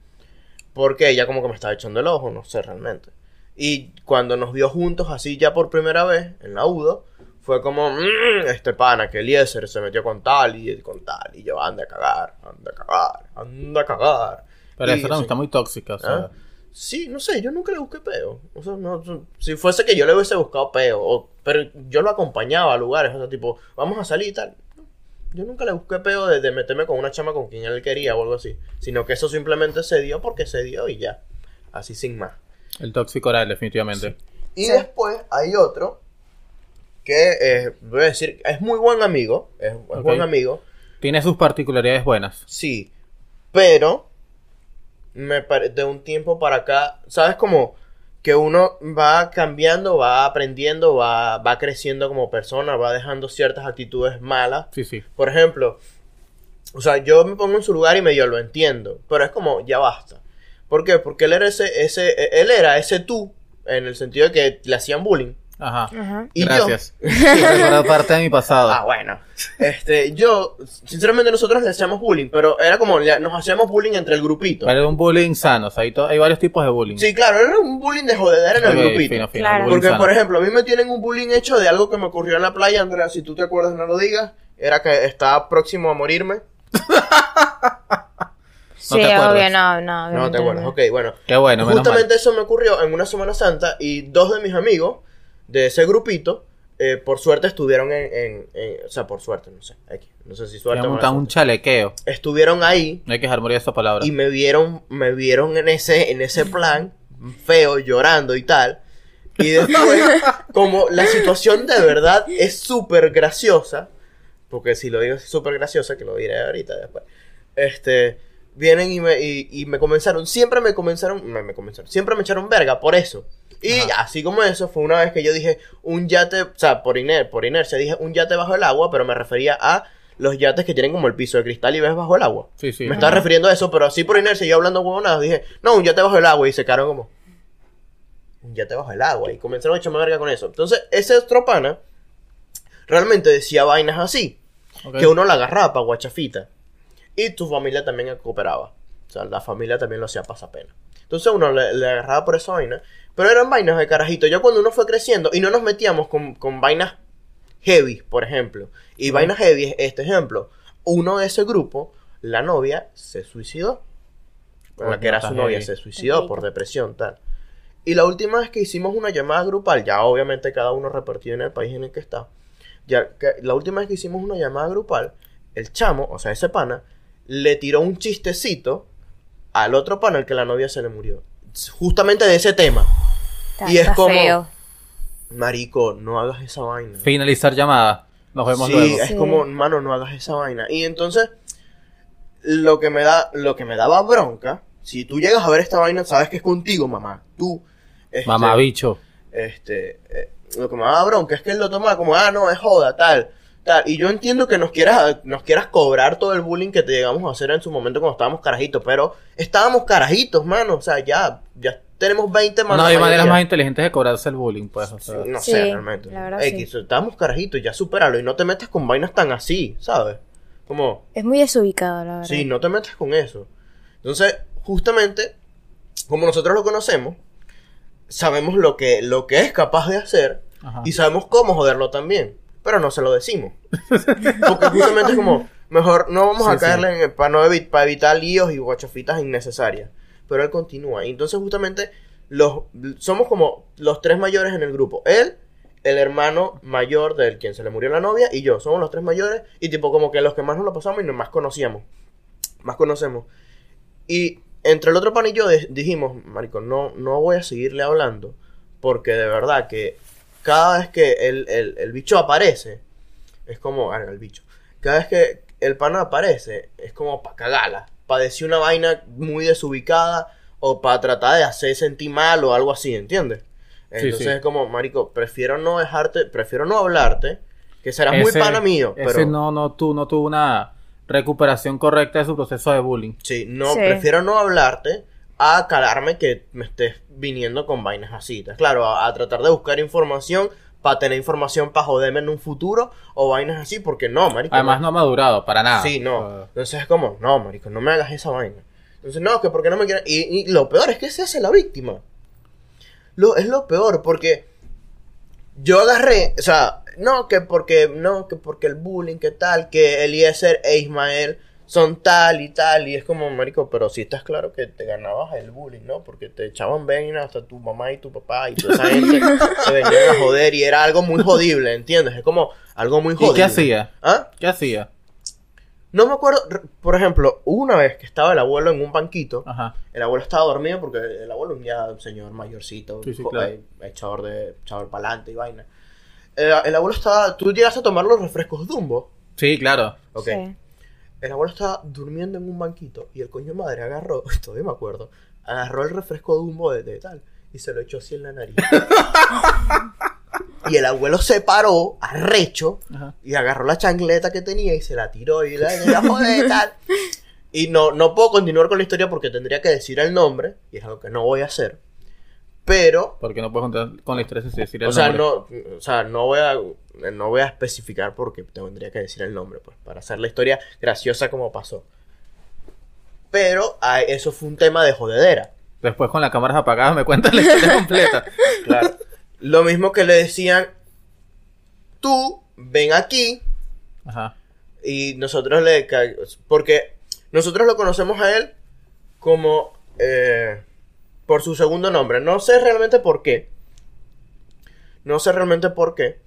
Speaker 4: porque ella como que me estaba echando el ojo, no sé realmente. Y cuando nos vio juntos así ya por primera vez, en la UDO, fue como, "Mm, este pana, que Eliezer se metió con tal y con tal, y yo, anda a cagar, anda a cagar, anda a cagar.
Speaker 2: Pero
Speaker 4: Y
Speaker 2: esa era una
Speaker 4: así-
Speaker 2: amistad muy tóxica. O sea,
Speaker 4: ¿Ah? Sí, no sé, yo nunca le busqué peo. O sea, no, no- si fuese que yo le hubiese buscado peo, o- pero yo lo acompañaba a lugares, o sea, tipo, vamos a salir y tal. Yo nunca le busqué peo de, de meterme con una chama con quien él quería o algo así, sino que eso simplemente se dio porque se dio y ya, así sin más.
Speaker 2: el tóxico era él, definitivamente.
Speaker 4: Y después hay otro que, eh, voy a decir, es muy buen amigo, es, es
Speaker 2: Ok.
Speaker 4: buen amigo,
Speaker 2: Tiene sus particularidades buenas.
Speaker 4: Sí, pero me pare- de un tiempo para acá, ¿sabes como que uno va cambiando, va aprendiendo, va, va creciendo como persona, va dejando ciertas actitudes malas?
Speaker 2: Sí, sí.
Speaker 4: Por ejemplo, o sea, yo me pongo en su lugar y medio lo entiendo, pero es como, ya basta. ¿Por qué? Porque él era ese, ese, él era ese tú, en el sentido de que le hacían bullying.
Speaker 2: Ajá.
Speaker 3: Ajá.
Speaker 4: Y yo-
Speaker 2: Gracias. Recordar parte de mi pasado.
Speaker 4: Ah, bueno. Este, yo, sinceramente nosotros le hacíamos bullying, pero era como, le- nos hacíamos bullying entre el grupito.
Speaker 2: Pero era un bullying sano. o sea, hay, to- hay varios tipos de bullying.
Speaker 4: Sí, claro, era un bullying de jodedera en el
Speaker 2: Ok,
Speaker 4: grupito.
Speaker 2: fino, fino,
Speaker 3: Claro.
Speaker 2: el bullying
Speaker 4: Porque,
Speaker 2: sano.
Speaker 4: por ejemplo, a mí me tienen un bullying hecho de algo que me ocurrió en la playa, Andrea, si tú te acuerdas, no lo digas. Era que estaba próximo a morirme.
Speaker 3: Sí,
Speaker 2: te acuerdas.
Speaker 3: obvio, no, no.
Speaker 4: No
Speaker 3: obviamente
Speaker 4: te acuerdas, ok, bueno.
Speaker 2: Qué bueno, menos mal.
Speaker 4: Justamente eso me ocurrió en una Semana Santa y dos de mis amigos de ese grupito, eh, por suerte estuvieron en, en- en- O sea, por suerte, no sé. Aquí, no sé si
Speaker 2: Habían
Speaker 4: suerte o
Speaker 2: montado
Speaker 4: mala
Speaker 2: un
Speaker 4: suerte.
Speaker 2: chalequeo.
Speaker 4: Estuvieron ahí
Speaker 2: No hay que dejar morir esa palabra.
Speaker 4: y me vieron, me vieron en ese, en ese plan feo, llorando y tal. Y después, como la situación de verdad es súper graciosa, porque si lo digo es súper graciosa, que lo diré ahorita después, este, vienen y me, y, y me comenzaron, siempre me comenzaron, me, me comenzaron, siempre me echaron verga por eso. Y
Speaker 2: Ajá.
Speaker 4: así como eso, fue una vez que yo dije un yate, o sea, por, iner, por inercia dije un yate bajo el agua, pero me refería a los yates que tienen como el piso de cristal y ves bajo el agua.
Speaker 2: Sí, sí.
Speaker 4: Me estaba refiriendo a eso, pero así por inercia, yo hablando huevonadas, dije, no, un yate bajo el agua, y se quedaron como, un yate bajo el agua, y comenzaron a echarme verga con eso. Entonces, ese otro pana, realmente decía vainas así.
Speaker 2: Ok.
Speaker 4: Que uno la agarraba para guachafita. Y tu familia también cooperaba. O sea, la familia también lo hacía pasapena. Entonces uno le, le agarraba por esa vaina. Pero eran vainas de carajito. Ya cuando uno fue creciendo y no nos metíamos con, con vainas heavy, por ejemplo. Y vainas heavy es este ejemplo. Uno de ese grupo, la novia, se suicidó. Bueno,
Speaker 2: Coño,
Speaker 4: la que era
Speaker 2: está
Speaker 4: su novia
Speaker 2: heavy.
Speaker 4: se suicidó por depresión, tal. Y la última vez que hicimos una llamada grupal, ya obviamente cada uno repartido en el país en el que está. Ya que- la última vez que hicimos una llamada grupal, el chamo, o sea, ese pana, le tiró un chistecito al otro pana al que la novia se le murió. Justamente de ese tema.
Speaker 3: Está-
Speaker 4: Y es
Speaker 3: está
Speaker 4: como-
Speaker 3: feo.
Speaker 4: Marico, no hagas esa vaina.
Speaker 2: Finalizar llamada. Nos vemos
Speaker 4: sí,
Speaker 2: luego.
Speaker 4: es
Speaker 3: Sí.
Speaker 4: como, mano, no hagas esa vaina. Y entonces, lo que me da, lo que me daba bronca, si tú llegas a ver esta vaina, sabes que es contigo, mamá. Tú. este,
Speaker 2: Mamá bicho.
Speaker 4: este, eh, lo que me daba bronca es que él lo tomaba como, ah, no, es joda, tal, tal. Y yo entiendo que nos quieras, nos quieras cobrar todo el bullying que te llegamos a hacer en su momento cuando estábamos carajitos, pero estábamos carajitos, mano, o sea, ya, ya tenemos 20 manos.
Speaker 2: No, hay maneras
Speaker 4: mayoría.
Speaker 2: más inteligentes de cobrarse el bullying, pues. o sea.
Speaker 4: No
Speaker 3: Sí,
Speaker 4: sé, realmente.
Speaker 3: la verdad,
Speaker 4: X, estábamos carajitos, ya superalo y no te metas con vainas tan así, ¿sabes? Como...
Speaker 3: Es muy desubicado, la verdad.
Speaker 4: Sí, no te metas con eso. Entonces, justamente, como nosotros lo conocemos, sabemos lo que, lo que es capaz de hacer
Speaker 2: Ajá.
Speaker 4: y sabemos cómo joderlo también. Pero no se lo decimos. Porque justamente es como, mejor no vamos
Speaker 2: Sí,
Speaker 4: a caerle en el para, no evi- para evitar líos y guachofitas innecesarias. Pero él continúa. Y entonces, justamente, los somos como los tres mayores en el grupo. Él, el hermano mayor del quien se le murió la novia y yo. Somos los tres mayores y tipo como que los que más nos lo pasamos y nos más conocíamos. Más conocemos. Y entre el otro pan y yo de- dijimos, marico, no, no voy a seguirle hablando. Porque de verdad que cada vez que el, el- el bicho aparece, es como, verga, el bicho. Cada vez que el pana aparece, es como para cagarla. Para decir una vaina muy desubicada o para tratar de hacer sentir mal o algo así, ¿entiendes?
Speaker 2: Sí,
Speaker 4: Entonces
Speaker 2: sí.
Speaker 4: es como, marico, prefiero no dejarte, prefiero no hablarte, que serás muy
Speaker 2: Ese-
Speaker 4: pana mío,
Speaker 2: ese
Speaker 4: pero...
Speaker 2: no, no, tú, no tuvo una recuperación correcta de su proceso de bullying.
Speaker 4: Sí, no,
Speaker 3: Sí.
Speaker 4: prefiero no hablarte a calarme que me estés viniendo con vainas así. ¿estás Claro, a, a tratar de buscar información para tener información para joderme en un futuro o vainas así, porque no, marico.
Speaker 2: Además, no ha madurado para nada.
Speaker 4: Sí,
Speaker 2: O
Speaker 4: no.
Speaker 2: sea,
Speaker 4: Entonces es como, no, marico, no me hagas esa vaina. Entonces, no, que porque no me quieren. Y, y lo peor es que se hace la víctima. Lo, es lo peor, porque yo agarré, o sea, no, que porque, no, que porque el bullying, que tal, que Eliezer e Ismael son tal y tal, y es como, marico, pero si estás claro que te ganabas el bullying, ¿no? Porque te echaban vainas hasta tu mamá y tu papá y toda esa gente se venían a joder y era algo muy jodible, ¿entiendes? Es como algo muy jodible.
Speaker 2: ¿Y qué hacía?
Speaker 4: ¿Ah?
Speaker 2: ¿Qué hacía?
Speaker 4: No me acuerdo, r- por ejemplo, hubo una vez que estaba el abuelo en un banquito,
Speaker 2: Ajá.
Speaker 4: el abuelo estaba dormido porque el abuelo es ya un señor mayorcito,
Speaker 2: Sí, sí,
Speaker 4: jo-
Speaker 2: claro.
Speaker 4: eh, echador de echador para adelante y vaina. El, el abuelo estaba, tú llegaste a tomar los refrescos Dumbo,
Speaker 2: Sí, claro.
Speaker 4: ok.
Speaker 3: Sí.
Speaker 4: El abuelo estaba durmiendo en un banquito y el coño madre agarró, todavía me acuerdo, agarró el refresco Dumbo de, de tal y se lo echó así en la nariz. y el abuelo se paró, arrecho,
Speaker 2: Ajá.
Speaker 4: y agarró la chancleta que tenía y se la tiró y la, y la joder y tal. Y no, no puedo continuar con la historia porque tendría que decir el nombre, y es algo que no voy a hacer. Pero,
Speaker 2: Porque no puedes contar con la historia sin decir el
Speaker 4: o sea,
Speaker 2: nombre.
Speaker 4: no, o sea, no voy a no voy a especificar porque tendría que decir el nombre, pues, para hacer la historia graciosa como pasó. Pero ah, eso fue un tema de jodedera.
Speaker 2: Después con las cámaras apagadas me cuentas la historia completa.
Speaker 4: Claro. Lo mismo que le decían, tú ven aquí,
Speaker 2: Ajá.
Speaker 4: Y nosotros le... ca- Porque nosotros lo conocemos a él como... eh, por su segundo nombre. No sé realmente por qué. No sé realmente por qué.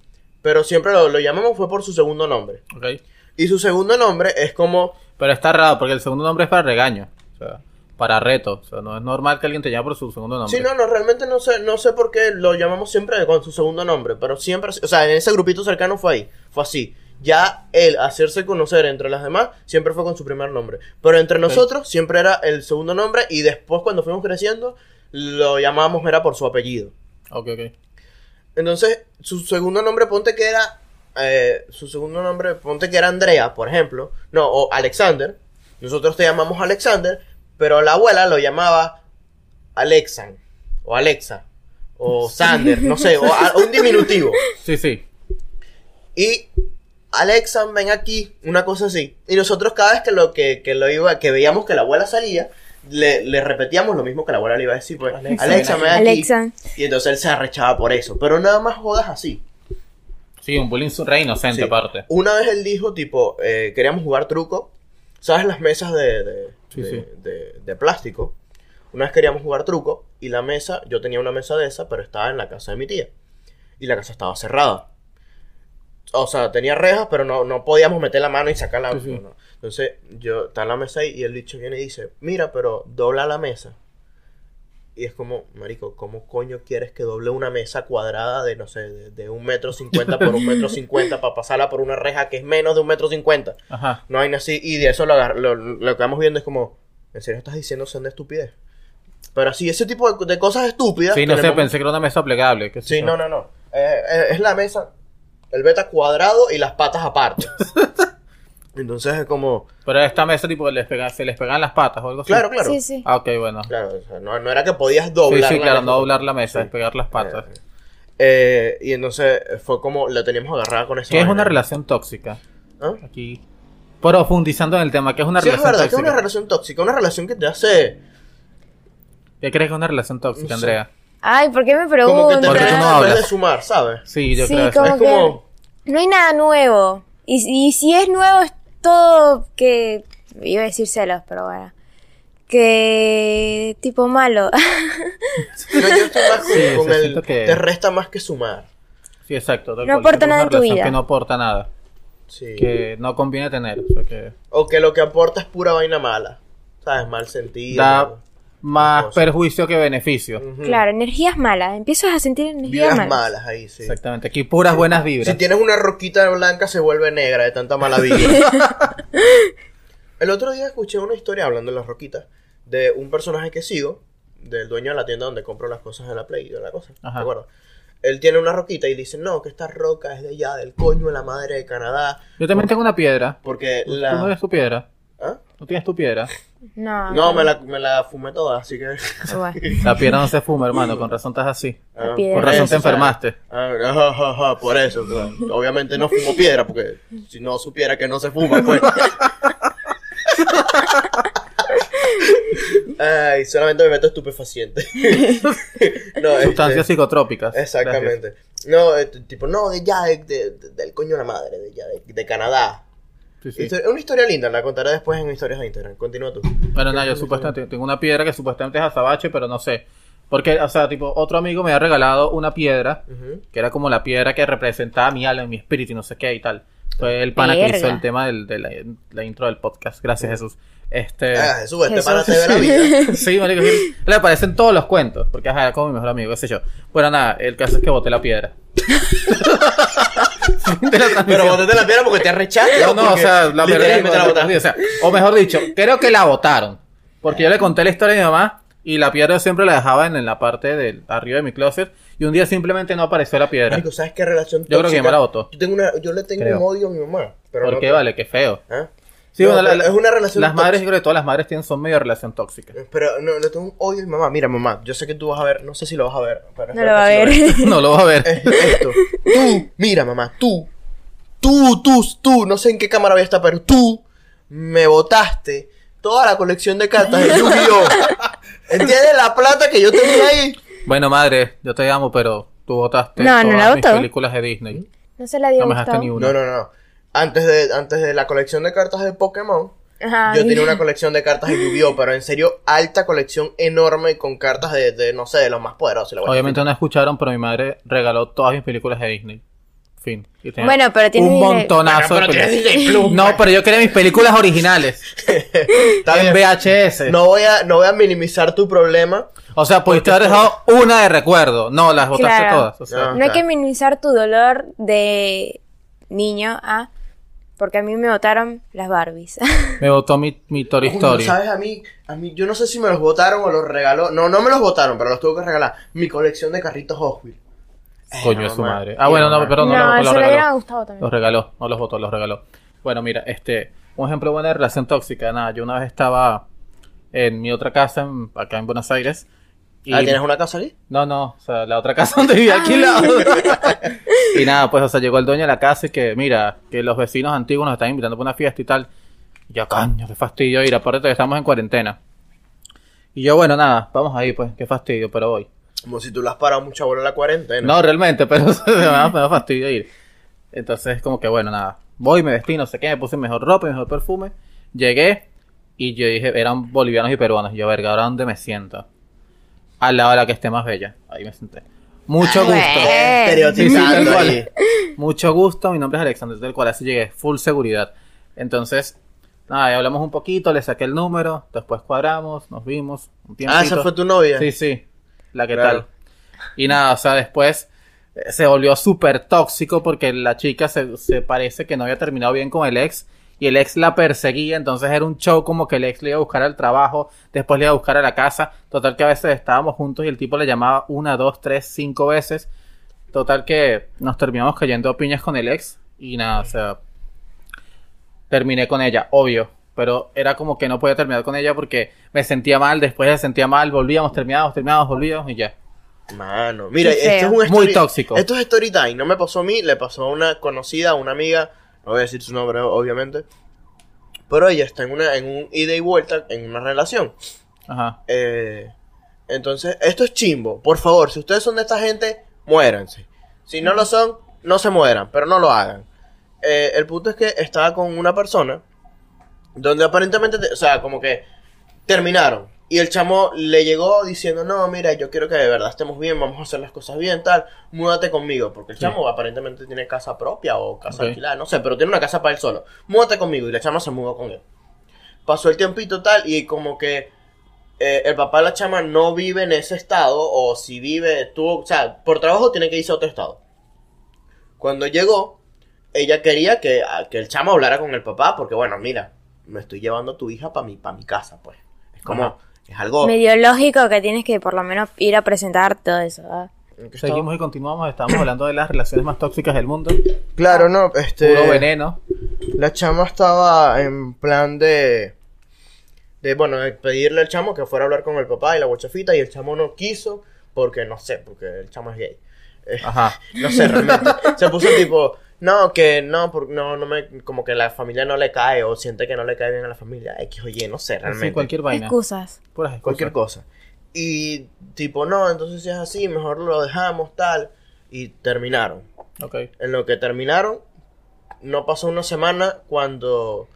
Speaker 4: Pero siempre lo, lo llamamos fue por su segundo nombre.
Speaker 2: Ok.
Speaker 4: Y su segundo nombre es como...
Speaker 2: Pero está raro porque el segundo nombre es para regaño. O sea, para reto. O sea, no es normal que alguien te llame por su segundo nombre.
Speaker 4: Sí, no, no, realmente no sé, no sé por qué lo llamamos siempre con su segundo nombre. Pero siempre... O sea, en ese grupito cercano fue ahí. Fue así. Ya él hacerse conocer entre las demás siempre fue con su primer nombre. Pero entre nosotros siempre era el segundo nombre y después cuando fuimos creciendo lo llamábamos era por su apellido.
Speaker 2: Ok, ok.
Speaker 4: Entonces, su segundo nombre, ponte que era. eh, su segundo nombre, ponte que era Andrea, por ejemplo. No, o Alexander. Nosotros te llamamos Alexander, pero la abuela lo llamaba Alexan. O Alexa. O Sander, no sé, o a- un diminutivo.
Speaker 2: Sí, sí.
Speaker 4: Y Alexa, ven aquí, una cosa así. Y nosotros cada vez que lo que, que lo iba, que veíamos que la abuela salía, le, le repetíamos lo mismo que la abuela le iba a decir, pues,
Speaker 2: Alexa,
Speaker 4: Alexa,
Speaker 2: ven
Speaker 4: ven aquí.
Speaker 3: Alexa.
Speaker 4: Y entonces él se arrechaba por eso. Pero nada más jodas así.
Speaker 2: Sí, un bullying re inocente
Speaker 4: Sí.
Speaker 2: aparte.
Speaker 4: Una vez él dijo, tipo, eh, queríamos jugar truco. ¿Sabes las mesas de, de,
Speaker 2: Sí,
Speaker 4: de-
Speaker 2: sí.
Speaker 4: de- de plástico? Una vez queríamos jugar truco y la mesa, yo tenía una mesa de esa, pero estaba en la casa de mi tía. Y la casa estaba cerrada. O sea, tenía rejas, pero no, no podíamos meter la mano y sacar la
Speaker 2: Sí, sí.
Speaker 4: no. Entonces, yo, está la mesa ahí y el bicho viene y dice, mira, pero dobla la mesa. Y es como, marico, ¿cómo coño quieres que doble una mesa cuadrada de, no sé, de, de un metro cincuenta por un metro cincuenta para pasarla por una reja que es menos de un metro cincuenta?
Speaker 2: Ajá.
Speaker 4: No hay así, y de eso lo, agar- lo, lo que vamos viendo es como, ¿en serio estás diciendo son de estupidez? Pero así, ese tipo de, de cosas estúpidas.
Speaker 2: Sí, no sé,
Speaker 4: tenemos-
Speaker 2: pensé que era una mesa plegable. qué sé
Speaker 4: Sí,
Speaker 2: yo.
Speaker 4: no, no, no. Eh, eh, es la mesa, el beta cuadrado y las patas aparte. Entonces es como,
Speaker 2: Pero a esta mesa tipo les pega- se les pegan las patas o algo así.
Speaker 4: claro, claro.
Speaker 3: Sí, sí.
Speaker 2: Ah, ok, bueno.
Speaker 4: Claro, o sea, no, no era que podías doblar.
Speaker 2: sí, sí,
Speaker 4: la
Speaker 2: claro,
Speaker 4: mesa.
Speaker 2: no doblar la mesa,
Speaker 4: Sí.
Speaker 2: es pegar las patas.
Speaker 4: Eh, eh, y entonces fue como la teníamos agarrada con esa.
Speaker 2: que es
Speaker 4: vaina.
Speaker 2: una relación tóxica.
Speaker 4: ¿Ah?
Speaker 2: Aquí profundizando en el tema, que es una
Speaker 4: Sí, es
Speaker 2: relación
Speaker 4: verdad, que es
Speaker 2: tóxica.
Speaker 4: una relación tóxica, una relación que te hace.
Speaker 2: ¿Qué crees que es una relación tóxica,
Speaker 4: No sé.
Speaker 2: Andrea?
Speaker 3: Ay, ¿por qué me
Speaker 4: Como que
Speaker 3: preguntas?
Speaker 4: te
Speaker 2: Porque tú no
Speaker 4: dejas
Speaker 2: hablas.
Speaker 4: de sumar, ¿sabes?
Speaker 2: Sí, yo
Speaker 3: Sí,
Speaker 2: creo
Speaker 3: como
Speaker 2: eso.
Speaker 4: Es como.
Speaker 3: No hay nada nuevo. Y, y si es nuevo, es todo que. Iba a decir celos, pero bueno. Que. tipo malo.
Speaker 4: No, yo estoy más con,
Speaker 2: Sí,
Speaker 4: con
Speaker 2: sí,
Speaker 4: el.
Speaker 2: siento que-
Speaker 4: Te resta más que sumar.
Speaker 2: Sí, exacto. tal
Speaker 3: No
Speaker 2: cual.
Speaker 3: aporta
Speaker 2: Es una
Speaker 3: nada en tu
Speaker 2: relación
Speaker 3: vida.
Speaker 2: Que no aporta nada.
Speaker 4: Sí.
Speaker 2: Que no conviene tener. O sea, que
Speaker 4: O que lo que aporta es pura vaina mala. ¿Sabes? Mal sentido.
Speaker 2: da más
Speaker 4: Cosa.
Speaker 2: perjuicio que beneficio.
Speaker 4: Ujú.
Speaker 3: claro, energías malas. Empiezas a sentir energías
Speaker 4: Mm.
Speaker 3: malas.
Speaker 4: Vibras malas ahí, sí.
Speaker 2: Exactamente. Aquí puras buenas vibras.
Speaker 4: Si tienes una roquita blanca se vuelve negra de tanta mala vida. El otro día escuché una historia hablando de las roquitas de un personaje que sigo, del dueño de la tienda donde compro las cosas de la Play y de la cosa.
Speaker 2: Ajá.
Speaker 4: ¿Te acuerdas? Él tiene una roquita y dice, no, que esta roca es de allá, del coño de la madre de Canadá.
Speaker 2: Yo también tengo una piedra.
Speaker 4: Porque
Speaker 2: ¿Tú no
Speaker 4: la...
Speaker 2: tienes tu piedra?
Speaker 4: ¿Ah?
Speaker 2: ¿No tienes tu piedra?
Speaker 3: No.
Speaker 4: No, me la, me la fumé toda, así que...
Speaker 3: Bueno,
Speaker 2: La piedra no se fuma, hermano. Con razón estás así.
Speaker 4: Ah,
Speaker 3: piedra.
Speaker 2: Con
Speaker 4: por
Speaker 2: razón
Speaker 4: eso,
Speaker 2: te
Speaker 4: ¿sabes?
Speaker 2: enfermaste.
Speaker 4: Ah, ja, ja, ja, por eso, claro. obviamente no fumo piedra, porque si no supiera que no se fuma, pues. Ay, solamente me meto estupefaciente. no,
Speaker 2: Sustancias
Speaker 4: este,
Speaker 2: psicotrópicas.
Speaker 4: Exactamente. No, este, tipo, no, de ya, de- de- de- del coño de la madre, de ya, de, de Canadá.
Speaker 2: Gracias. Sí, sí.
Speaker 4: Historia- Es una historia linda, la contaré después en historias de Instagram. Continúa tú.
Speaker 2: Bueno, no, yo supuestamente tengo una piedra que supuestamente es azabache, pero no sé. Porque, o sea, tipo, otro amigo me ha regalado una piedra
Speaker 4: Ujú.
Speaker 2: que era como la piedra que representaba mi alma, mi espíritu y no sé qué y tal. Fue el pana que
Speaker 3: Verga.
Speaker 2: hizo el tema del- de la, la intro del podcast. Gracias, Jesús. Este.
Speaker 4: Ah, Jesús, este
Speaker 3: Jesús.
Speaker 4: pana te ve la vida.
Speaker 2: Sí, marico, sí. le aparecen todos los cuentos, porque ajá, era como mi mejor amigo, qué sé yo. Bueno, nada, el caso es que boté la piedra. De la transmisión.
Speaker 4: Pero botaste la piedra porque te arrechaste.
Speaker 2: No, no, o
Speaker 4: porque
Speaker 2: sea, la perdí,
Speaker 4: literalmente la
Speaker 2: la
Speaker 4: botaste.
Speaker 2: perdí, o sea, o mejor dicho, creo que la botaron. Porque yo le conté la historia a mi mamá y la piedra siempre la dejaba en, en la parte de arriba de mi closet y un día simplemente no apareció la piedra.
Speaker 4: Marico, ¿sabes qué relación
Speaker 2: Yo creo que mi mamá la votó.
Speaker 4: Yo, tengo una, yo le tengo
Speaker 2: Creo.
Speaker 4: un odio a mi mamá. Pero
Speaker 2: Porque
Speaker 4: no-
Speaker 2: vale, qué feo.
Speaker 4: ¿Ah?
Speaker 2: Sí,
Speaker 4: No,
Speaker 2: bueno,
Speaker 4: pero
Speaker 2: la-
Speaker 4: es una relación
Speaker 2: Las madres, yo
Speaker 4: tóxica. Eh,
Speaker 2: creo que todas las madres tienen son medio relación tóxica.
Speaker 4: Pero no, le tengo un odio a mi mamá. Mira, mamá, yo sé que tú vas a ver, no sé si lo vas a ver. pero
Speaker 3: no
Speaker 4: espero
Speaker 3: lo va a
Speaker 4: que sí
Speaker 3: ver.
Speaker 2: No lo vas a ver.
Speaker 4: Es esto. Tú, mira, mamá, tú, tú, tú, tú, no sé en qué cámara voy a estar, pero tú me botaste toda la colección de cartas de Yu-Gi-Oh. ¿Entiendes la plata que yo tenía ahí?
Speaker 2: Bueno, madre, yo te amo, pero tú votaste
Speaker 3: No, no
Speaker 2: todas
Speaker 3: la
Speaker 2: mis
Speaker 3: votó.
Speaker 2: películas de Disney.
Speaker 3: No se la dio
Speaker 2: No me dejaste
Speaker 3: Gustavo.
Speaker 2: ni una.
Speaker 4: No, no, no. Antes de, antes de la colección de cartas de Pokémon,
Speaker 3: Ajá.
Speaker 4: Yo tenía una colección de cartas de Yu-Gi-Oh, pero en serio, alta colección enorme con cartas de, de, no sé, de los más poderosos. la verdad.
Speaker 2: Obviamente no escucharon, pero mi madre regaló todas mis películas de Disney. Fin. Y tenía
Speaker 3: Bueno, pero tienes
Speaker 2: un
Speaker 3: Disney-
Speaker 2: montonazo
Speaker 4: Bueno, pero
Speaker 2: de
Speaker 4: tienes
Speaker 2: películas.
Speaker 4: Disney Plus,
Speaker 2: No,
Speaker 4: pues.
Speaker 2: pero yo quería mis películas originales
Speaker 4: Está
Speaker 2: en
Speaker 4: bien.
Speaker 2: VHS.
Speaker 4: No voy, a, no voy a minimizar tu problema.
Speaker 2: O sea, pudiste haber dejado una de recuerdo. No, las botaste
Speaker 3: Claro.
Speaker 2: todas. O sea,
Speaker 4: No.
Speaker 3: No hay que minimizar tu dolor de niño, ah, porque a mí me votaron las Barbies.
Speaker 2: me botó mi, mi Toy
Speaker 4: Uy,
Speaker 2: Story.
Speaker 4: ¿Sabes? A mí, a mí, yo no sé si me los votaron o los regaló. No, no me los votaron, pero los tuve que regalar. Mi colección de carritos Hot Wheels. Eh,
Speaker 2: Coño, es su
Speaker 4: mamá.
Speaker 2: madre. Ah, bueno, no,
Speaker 4: mamá.
Speaker 2: perdón, no,
Speaker 3: No,
Speaker 2: lo- lo
Speaker 3: se lo
Speaker 2: regaló.
Speaker 3: dieron a Gustavo también.
Speaker 2: Los regaló, no los votó, los regaló. Bueno, mira, este, un ejemplo bueno de relación tóxica. Nada, yo una vez estaba en mi otra casa, en- acá en Buenos Aires. y-
Speaker 4: Ah, ¿tienes una casa aquí?
Speaker 2: No, no, o sea, la otra casa donde vivía alquilado. Y nada, pues, o sea, llegó el dueño de la casa y que, mira, que los vecinos antiguos nos están invitando para una fiesta y tal. Y yo, coño, qué fastidio ir, aparte que estamos en cuarentena. Y yo, bueno, nada, vamos ahí, pues, qué fastidio, pero voy.
Speaker 4: Como si tú lo has parado mucha bola en la cuarentena.
Speaker 2: No, realmente, pero me da, me da fastidio ir. Entonces, como que bueno, nada. Voy, me vestí, no sé qué, me puse mejor ropa, mejor perfume. Llegué y yo dije, eran bolivianos y peruanos. Y yo, verga, ¿ahora dónde me siento? Al lado de la que esté más bella. Ahí me senté. Mucho
Speaker 4: Ah,
Speaker 2: gusto.
Speaker 3: bueno.
Speaker 2: Sí, sí,
Speaker 4: Estereotipando
Speaker 2: tal
Speaker 4: ahí.
Speaker 2: Mucho gusto, mi nombre es Alexander, del cual así llegué, full seguridad. Entonces, nada, y hablamos un poquito, le saqué el número, después cuadramos, nos vimos. Un tiempito.
Speaker 4: Ah, esa fue tu novia.
Speaker 2: Sí, sí. La que
Speaker 4: Claro.
Speaker 2: tal. Y nada, o sea, después eh, se volvió súper tóxico porque la chica se, se parece que no había terminado bien con el ex y el ex la perseguía, entonces era un show como que el ex le iba a buscar al trabajo, después le iba a buscar a la casa, total que a veces estábamos juntos y el tipo le llamaba una, dos, tres, cinco veces, total que nos terminamos cayendo a piñas con el ex y nada, o sea, terminé con ella, obvio. Pero era como que no podía terminar con ella porque me sentía mal, después me sentía mal, volvíamos, terminábamos, terminábamos, volvíamos y ya.
Speaker 4: Mano, mira,
Speaker 3: Qué
Speaker 4: esto es
Speaker 3: feo.
Speaker 4: un story-
Speaker 2: Muy tóxico.
Speaker 4: Esto es story time. No me pasó a mí, le pasó a una conocida, a una amiga. No voy a decir su nombre, obviamente. Pero ella está en una, en un ida y vuelta, en una relación.
Speaker 2: Ajá.
Speaker 4: Eh, entonces, esto es chimbo. Por favor, si ustedes son de esta gente, muéranse. Si no lo son, no se mueran, pero no lo hagan. Eh, el punto es que estaba con una persona donde aparentemente, te- o sea, como que terminaron. Y el chamo le llegó diciendo, no, mira, yo quiero que de verdad estemos bien, vamos a hacer las cosas bien, tal, múdate conmigo. Porque el
Speaker 2: Sí.
Speaker 4: chamo aparentemente tiene casa propia o casa
Speaker 2: Ok.
Speaker 4: alquilada, no sé, pero tiene una casa para él solo. Múdate conmigo. Y la chama se mudó con él. Pasó el tiempito tal y como que eh, el papá de la chama no vive en ese estado o si vive, tuvo, o sea, por trabajo tiene que irse a otro estado. Cuando llegó, ella quería que, a- que el chamo hablara con el papá porque, bueno, mira, me estoy llevando a tu hija para mi, pa' mi casa, pues. Es como,
Speaker 2: Ajá.
Speaker 4: es algo...
Speaker 3: Medio lógico que tienes que por lo menos ir a presentar todo eso. ¿ah?
Speaker 4: ¿En qué estado?
Speaker 2: Seguimos y continuamos, estamos hablando de las relaciones más tóxicas del mundo.
Speaker 4: Claro, no, este...
Speaker 2: Puro veneno.
Speaker 4: La chama estaba en plan de. De, bueno, de pedirle al chamo que fuera a hablar con el papá y la guachafita, y el chamo no quiso, porque no sé, porque el chamo es gay. Eh,
Speaker 2: Ajá.
Speaker 4: no sé, realmente. Se puso tipo, no, que no, por- no, no me. Como que la familia no le cae, o siente que no le cae bien a la familia. X o Y, no sé, realmente.
Speaker 2: Sí, cualquier vaina.
Speaker 3: Excusas.
Speaker 2: Puras excusas.
Speaker 4: Cualquier cosa. Y tipo, no, entonces si es así, mejor lo dejamos, tal. Y terminaron.
Speaker 2: Ok.
Speaker 4: En lo que terminaron, no pasó una semana cuando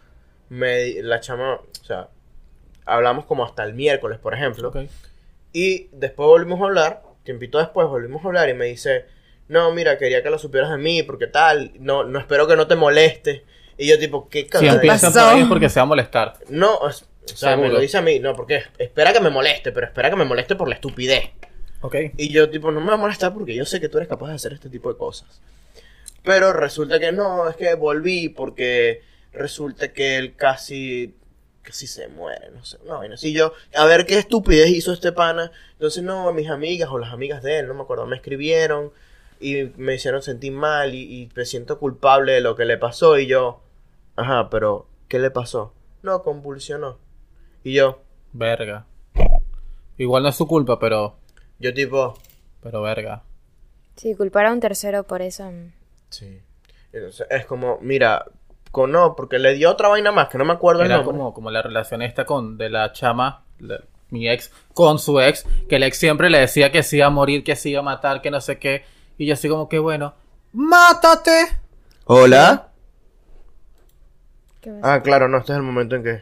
Speaker 4: me, di- la chama, o sea, hablamos como hasta el miércoles, por ejemplo.
Speaker 2: ok.
Speaker 4: Y después volvimos a hablar, tiempito después volvimos a hablar y me dice, no, mira, quería que lo supieras de mí, porque tal, no, no espero que no te moleste. Y yo tipo, ¿qué
Speaker 2: Si
Speaker 4: cagada de-
Speaker 2: empiezan por
Speaker 3: pasó?
Speaker 2: ahí es porque se va a molestar.
Speaker 4: No, o s- o sea, me lo
Speaker 2: Seguro.
Speaker 4: dice a mí, no, porque espera que me moleste, pero espera que me moleste por la estupidez.
Speaker 2: Ok.
Speaker 4: Y yo, tipo, no me va a molestar porque yo sé que tú eres capaz de hacer este tipo de cosas. Pero resulta que no, es que volví porque resulta que él casi, casi se muere, no sé. No, y no sé. Y yo, a ver qué estupidez hizo este pana. Entonces, no, mis amigas o las amigas de él, no me acuerdo, me escribieron y me hicieron sentir mal y, y me siento culpable de lo que le pasó. Y yo, ajá, pero, ¿qué le pasó? No, convulsionó. Y yo,
Speaker 2: Verga. Igual no es su culpa, pero.
Speaker 4: yo tipo,
Speaker 2: Pero verga.
Speaker 3: Sí, culpar a un tercero por eso. mm.
Speaker 4: Sí. Entonces, es como, mira, con, no, porque le dio otra vaina más, que no me acuerdo el
Speaker 2: Era
Speaker 4: nombre.
Speaker 2: como, como la relación esta con de la chama, la- mi ex, con su ex, que el ex siempre le decía que se iba a morir, que se iba a matar, que no sé qué. Y yo así como que bueno, ¡mátate!
Speaker 4: Hola.
Speaker 3: ¿Qué pasa?
Speaker 4: Ah, claro, no, este es el momento en que...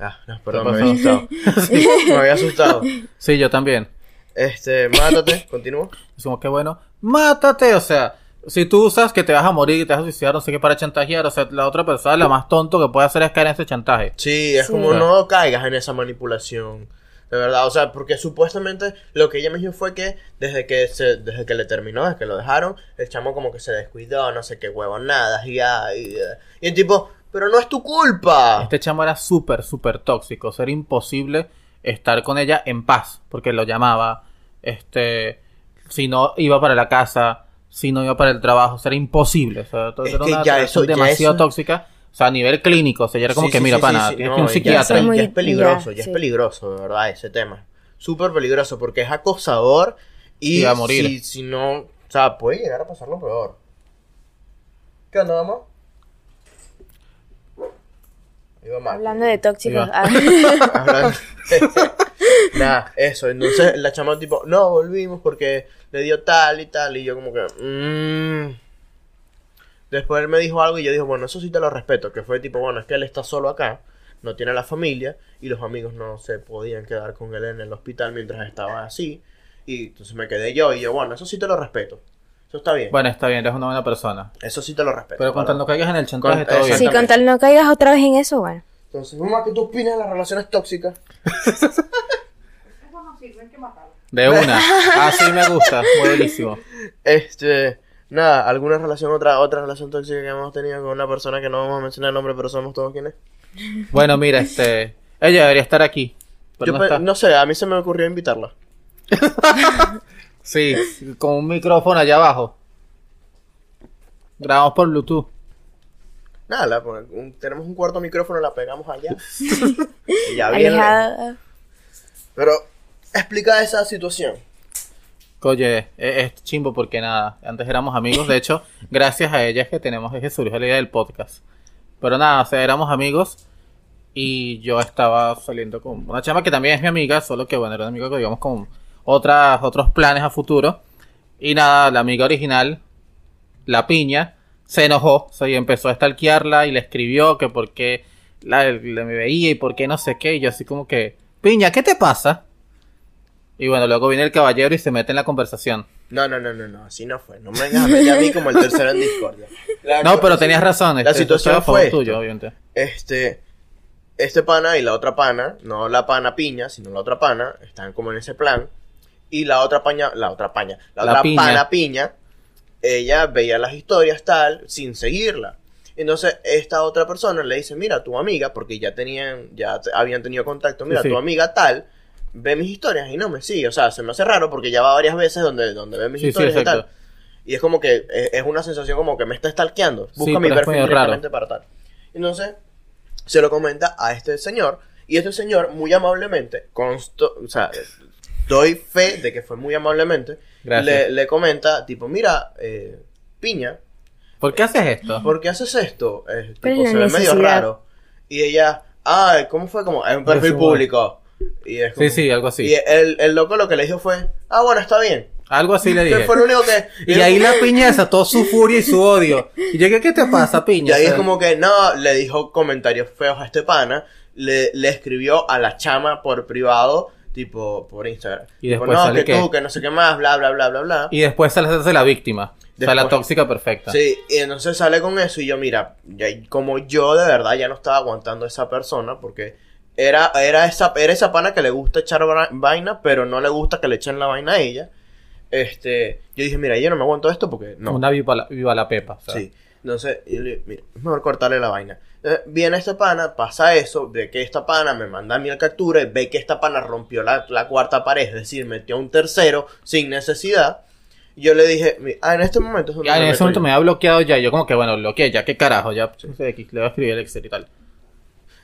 Speaker 4: Ah, no, perdón,
Speaker 2: ¿Qué
Speaker 4: me había asustado. me había asustado.
Speaker 2: Sí, yo también.
Speaker 4: Este, mátate, continúo.
Speaker 2: Es como que bueno, mátate, o sea, si tú usas que te vas a morir y te vas a suicidar, no sé qué, para chantajear, o sea, la otra persona, la más tonto que puede hacer es caer en ese chantaje.
Speaker 4: Sí, es
Speaker 3: Sí.
Speaker 4: como
Speaker 2: Ah.
Speaker 4: no caigas en esa manipulación. De verdad, o sea, porque supuestamente lo que ella me dijo fue que desde que se, desde que le terminó, desde que lo dejaron, el chamo como que se descuidó, no sé qué huevo, nada, y ya, y, ya. y el tipo, pero no es tu culpa.
Speaker 2: Este chamo era súper, súper tóxico. O sea, era imposible estar con ella en paz. Porque lo llamaba. Este. Si no iba para la casa. Si no iba para el trabajo. O sea, era imposible. O sea, todo
Speaker 4: Es
Speaker 2: era
Speaker 4: que
Speaker 2: una
Speaker 4: ya
Speaker 2: relación
Speaker 4: eso- ya
Speaker 2: demasiado
Speaker 4: eso-
Speaker 2: tóxica. O sea, a nivel clínico. O sea, ya era como
Speaker 4: Sí,
Speaker 2: que,
Speaker 4: sí,
Speaker 2: mira,
Speaker 4: sí,
Speaker 2: pana,
Speaker 4: sí, sí,
Speaker 2: tienes que
Speaker 4: no,
Speaker 2: ir a un
Speaker 4: ya-
Speaker 2: psiquiatra.
Speaker 4: Ya,
Speaker 3: Muy-
Speaker 4: es peligroso, ya,
Speaker 3: ya,
Speaker 4: es
Speaker 3: sí.
Speaker 4: peligroso, de verdad, ese tema. Súper peligroso porque es acosador y
Speaker 2: Y va a morir.
Speaker 4: Si, si no, o sea, puede llegar a pasar lo peor. ¿Qué onda, mamá? Iba mal.
Speaker 3: Hablando de tóxicos.
Speaker 2: Ahí
Speaker 3: ah,
Speaker 4: Hablando- Nada, eso. Entonces la chama tipo, no, volvimos porque le dio tal y tal. Y yo como que... "Mm". Después él me dijo algo y yo dije, bueno, eso sí te lo respeto. Que fue tipo, bueno, es que él está solo acá. No tiene la familia. Y los amigos no se podían quedar con él en el hospital mientras estaba así. Y entonces me quedé yo y yo, bueno, eso sí te lo respeto. Eso está bien.
Speaker 2: Bueno, está bien, eres una buena persona.
Speaker 4: Eso sí te lo respeto.
Speaker 2: Pero
Speaker 4: ¿verdad?
Speaker 2: contando que caigas en el chantaje,
Speaker 4: Con-
Speaker 2: todo bien.
Speaker 3: si con tal no caigas otra vez en eso, bueno.
Speaker 4: Entonces, mamá, ¿qué tú opinas de las relaciones tóxicas?
Speaker 2: De una. Así me gusta. Muy buenísimo.
Speaker 4: Este, nada, alguna relación, otra, otra relación tóxica que hemos tenido con una persona que no vamos a mencionar el nombre, pero sabemos todos quién es.
Speaker 2: Bueno, mira, este. Ella debería estar aquí. Pero
Speaker 4: Yo
Speaker 2: no
Speaker 4: pe-
Speaker 2: está.
Speaker 4: no sé, a mí se me ocurrió invitarla.
Speaker 2: Sí, con un micrófono allá abajo. Grabamos por Bluetooth.
Speaker 4: Nada, la pon- un- tenemos un cuarto micrófono, la pegamos allá. y ya viene. eh.
Speaker 3: Alejado.
Speaker 4: Pero explica esa situación.
Speaker 2: Oye, es, es chimbo porque nada, antes éramos amigos, de hecho, gracias a ella es que tenemos, es que surgió la idea del podcast. Pero nada, o sea, éramos amigos y yo estaba saliendo con una chama que también es mi amiga, solo que bueno, era una amiga que digamos con otras, otros planes a futuro. Y nada, la amiga original, la piña, se enojó, o sea, y empezó a stalkearla y le escribió que por qué la, la- me veía y por qué no sé qué, y yo así como que, piña, ¿qué te pasa? Y bueno, luego viene el caballero y se mete en la conversación.
Speaker 4: No, no, no, no, no, así no fue. No me vengas a meter a mí como el tercero en discordia. La
Speaker 2: No,
Speaker 4: co-
Speaker 2: pero tenías razón.
Speaker 4: La situación
Speaker 2: estaba a favor
Speaker 4: fue
Speaker 2: tuyo,
Speaker 4: esto.
Speaker 2: obviamente.
Speaker 4: este este pana y la otra pana, no la pana piña, sino la otra pana, están como en ese plan. Y la otra paña, la otra paña, la,
Speaker 2: La
Speaker 4: otra
Speaker 2: piña.
Speaker 4: pana piña, ella veía las historias tal, sin seguirla. Entonces, esta otra persona le dice, mira, tu amiga, porque ya tenían, ya te- habían tenido contacto, mira,
Speaker 2: Sí, sí.
Speaker 4: tu amiga tal, ve mis historias y no me sigue. O sea, se me hace raro porque ya va varias veces donde, donde ve mis
Speaker 2: Sí, sí,
Speaker 4: historias y
Speaker 2: exacto.
Speaker 4: tal. Y es como que eh, es una sensación como que me está stalkeando.
Speaker 2: Sí,
Speaker 4: Busca mi
Speaker 2: pero es
Speaker 4: perfil
Speaker 2: medio raro.
Speaker 4: directamente para tal. Entonces, se lo comenta a este señor. Y este señor, muy amablemente, consto, o sea, doy fe de que fue muy amablemente,
Speaker 2: Gracias.
Speaker 4: le, le comenta, tipo, mira, eh, piña,
Speaker 2: ¿Por qué haces esto?
Speaker 4: ¿por qué haces esto? Eh,
Speaker 3: ¿Cuál es
Speaker 4: tipo,
Speaker 3: la
Speaker 4: se ve medio
Speaker 3: necesidad?
Speaker 4: raro. Y ella, ay, ¿cómo fue? Como, es un
Speaker 2: Pero
Speaker 4: perfil
Speaker 2: sí, bueno.
Speaker 4: público. Y es como-
Speaker 2: Sí, sí, algo
Speaker 4: Y
Speaker 2: así.
Speaker 4: el, el loco lo que le dijo fue, ah, bueno, está bien.
Speaker 2: Algo así le
Speaker 4: Que
Speaker 2: dije.
Speaker 4: fue lo único que...
Speaker 2: Y ahí la piña desató su furia y su odio. Y yo, ¿qué, qué te pasa, piña?
Speaker 4: Y ahí
Speaker 2: O
Speaker 4: es
Speaker 2: sea,
Speaker 4: como que, no, le dijo comentarios feos a este pana, le, le escribió a la chama por privado, tipo, por Instagram.
Speaker 2: Y
Speaker 4: Tipo,
Speaker 2: después
Speaker 4: no,
Speaker 2: sale
Speaker 4: que
Speaker 2: que-
Speaker 4: tú, que no sé qué más, bla, bla, bla, bla, bla.
Speaker 2: Y después sale a hacerse la víctima. O sea, la
Speaker 4: Después.
Speaker 2: tóxica perfecta.
Speaker 4: Sí, y entonces sale con eso y yo, mira, ya- como yo de verdad ya no estaba aguantando a esa persona porque era, era, esa, era esa pana que le gusta echar va- vaina, pero no le gusta que le echen la vaina a ella. Este, yo dije, mira, yo no me aguanto esto porque no.
Speaker 2: Una viva la, viva la pepa. o sea.
Speaker 4: Sí. Entonces, y le digo, mira, es mejor cortarle la vaina. Entonces, viene esta pana, pasa eso, de que esta pana me manda a mí la captura y ve que esta pana rompió la, la cuarta pared, es decir, metió a un tercero sin necesidad. Yo le dije, mi- ah, en este momento es donde
Speaker 2: Ya en
Speaker 4: me
Speaker 2: ese
Speaker 4: meto
Speaker 2: momento
Speaker 4: yo.
Speaker 2: me había bloqueado ya. y Yo, como que, bueno, bloqueé ya, ¿qué carajo? Ya no sé, le voy a escribir el Excel y tal.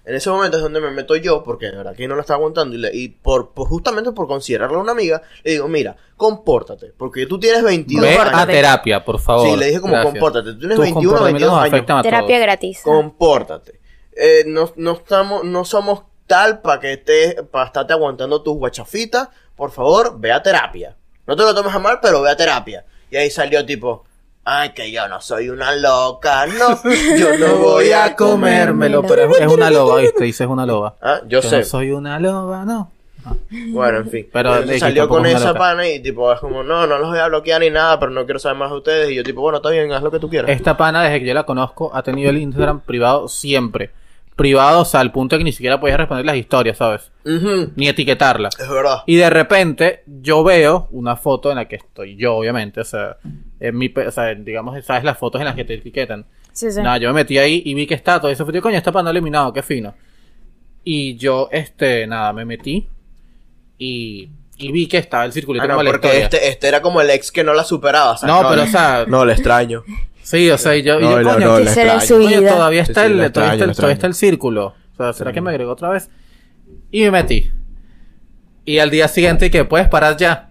Speaker 4: En ese momento es donde me meto yo, porque de verdad que no la estaba aguantando. Y, le- y por, por- justamente por considerarla una amiga, le digo, mira, compórtate, porque tú tienes 22
Speaker 2: Ve a
Speaker 4: años.
Speaker 2: terapia, por favor.
Speaker 4: Sí, le dije como,
Speaker 2: Gracias.
Speaker 4: compórtate, tú tienes
Speaker 2: Tus
Speaker 4: 21
Speaker 2: comportamientos
Speaker 4: 22
Speaker 2: nos
Speaker 4: años.
Speaker 2: afectan a
Speaker 3: Terapia
Speaker 2: todos.
Speaker 3: gratis.
Speaker 4: compórtate. Eh, no, no estamos, no somos tal para que te, para estarte aguantando tus guachafitas. Por favor, ve a terapia. No te lo tomes a mal, pero ve a terapia. Y ahí salió tipo, ay, que yo no soy una loca, no, yo no voy a comerme.
Speaker 2: comérmelo, pero es es una loba, ¿viste? Dices una loba.
Speaker 4: Ah,
Speaker 2: Yo
Speaker 4: yo sé.
Speaker 2: no soy una loba, no.
Speaker 4: Bueno, en fin.
Speaker 2: Pero
Speaker 4: Entonces
Speaker 2: le dije,
Speaker 4: salió
Speaker 2: tampoco
Speaker 4: con
Speaker 2: es una
Speaker 4: esa
Speaker 2: loca.
Speaker 4: pana y tipo, es como, no, no los voy a bloquear ni nada, pero no quiero saber más de ustedes. Y yo tipo, bueno, está bien, haz lo que tú quieras.
Speaker 2: Esta pana, desde que yo la conozco, ha tenido el Instagram privado siempre. Privado, o sea, al punto de que ni siquiera podías responder las historias, ¿sabes?
Speaker 4: Ujú,
Speaker 2: Ni etiquetarla.
Speaker 4: Es verdad.
Speaker 2: Y de repente, yo veo una foto en la que estoy yo, obviamente, o sea, en mi, pe- o sea, digamos, sabes las fotos en las que te etiquetan.
Speaker 3: Sí, sí.
Speaker 2: Nada, yo me metí ahí y vi que está todo eso. Fue, coño, está panda eliminado, qué fino. Y yo, este, nada, me metí y, y vi que estaba el circulito
Speaker 4: Ah, no,
Speaker 2: como la
Speaker 4: porque
Speaker 2: historia.
Speaker 4: este, este era como el ex que no la superaba. o sea,
Speaker 2: No, pero, o sea,
Speaker 4: No, le extraño.
Speaker 2: sí, o sea, y yo, y yo,
Speaker 4: No, no,
Speaker 2: coño,
Speaker 4: no,
Speaker 2: ¿qué
Speaker 4: la
Speaker 3: Será en
Speaker 4: extraño.
Speaker 3: su
Speaker 2: Oye,
Speaker 3: vida.
Speaker 2: todavía
Speaker 4: Sí,
Speaker 2: está,
Speaker 4: sí,
Speaker 2: el,
Speaker 4: lo extraño,
Speaker 2: todavía, está
Speaker 4: lo
Speaker 2: el, todavía
Speaker 4: extraño.
Speaker 2: está el círculo. O sea, ¿será que me agregó otra vez? Y me metí. Y al día siguiente que puedes parar ya.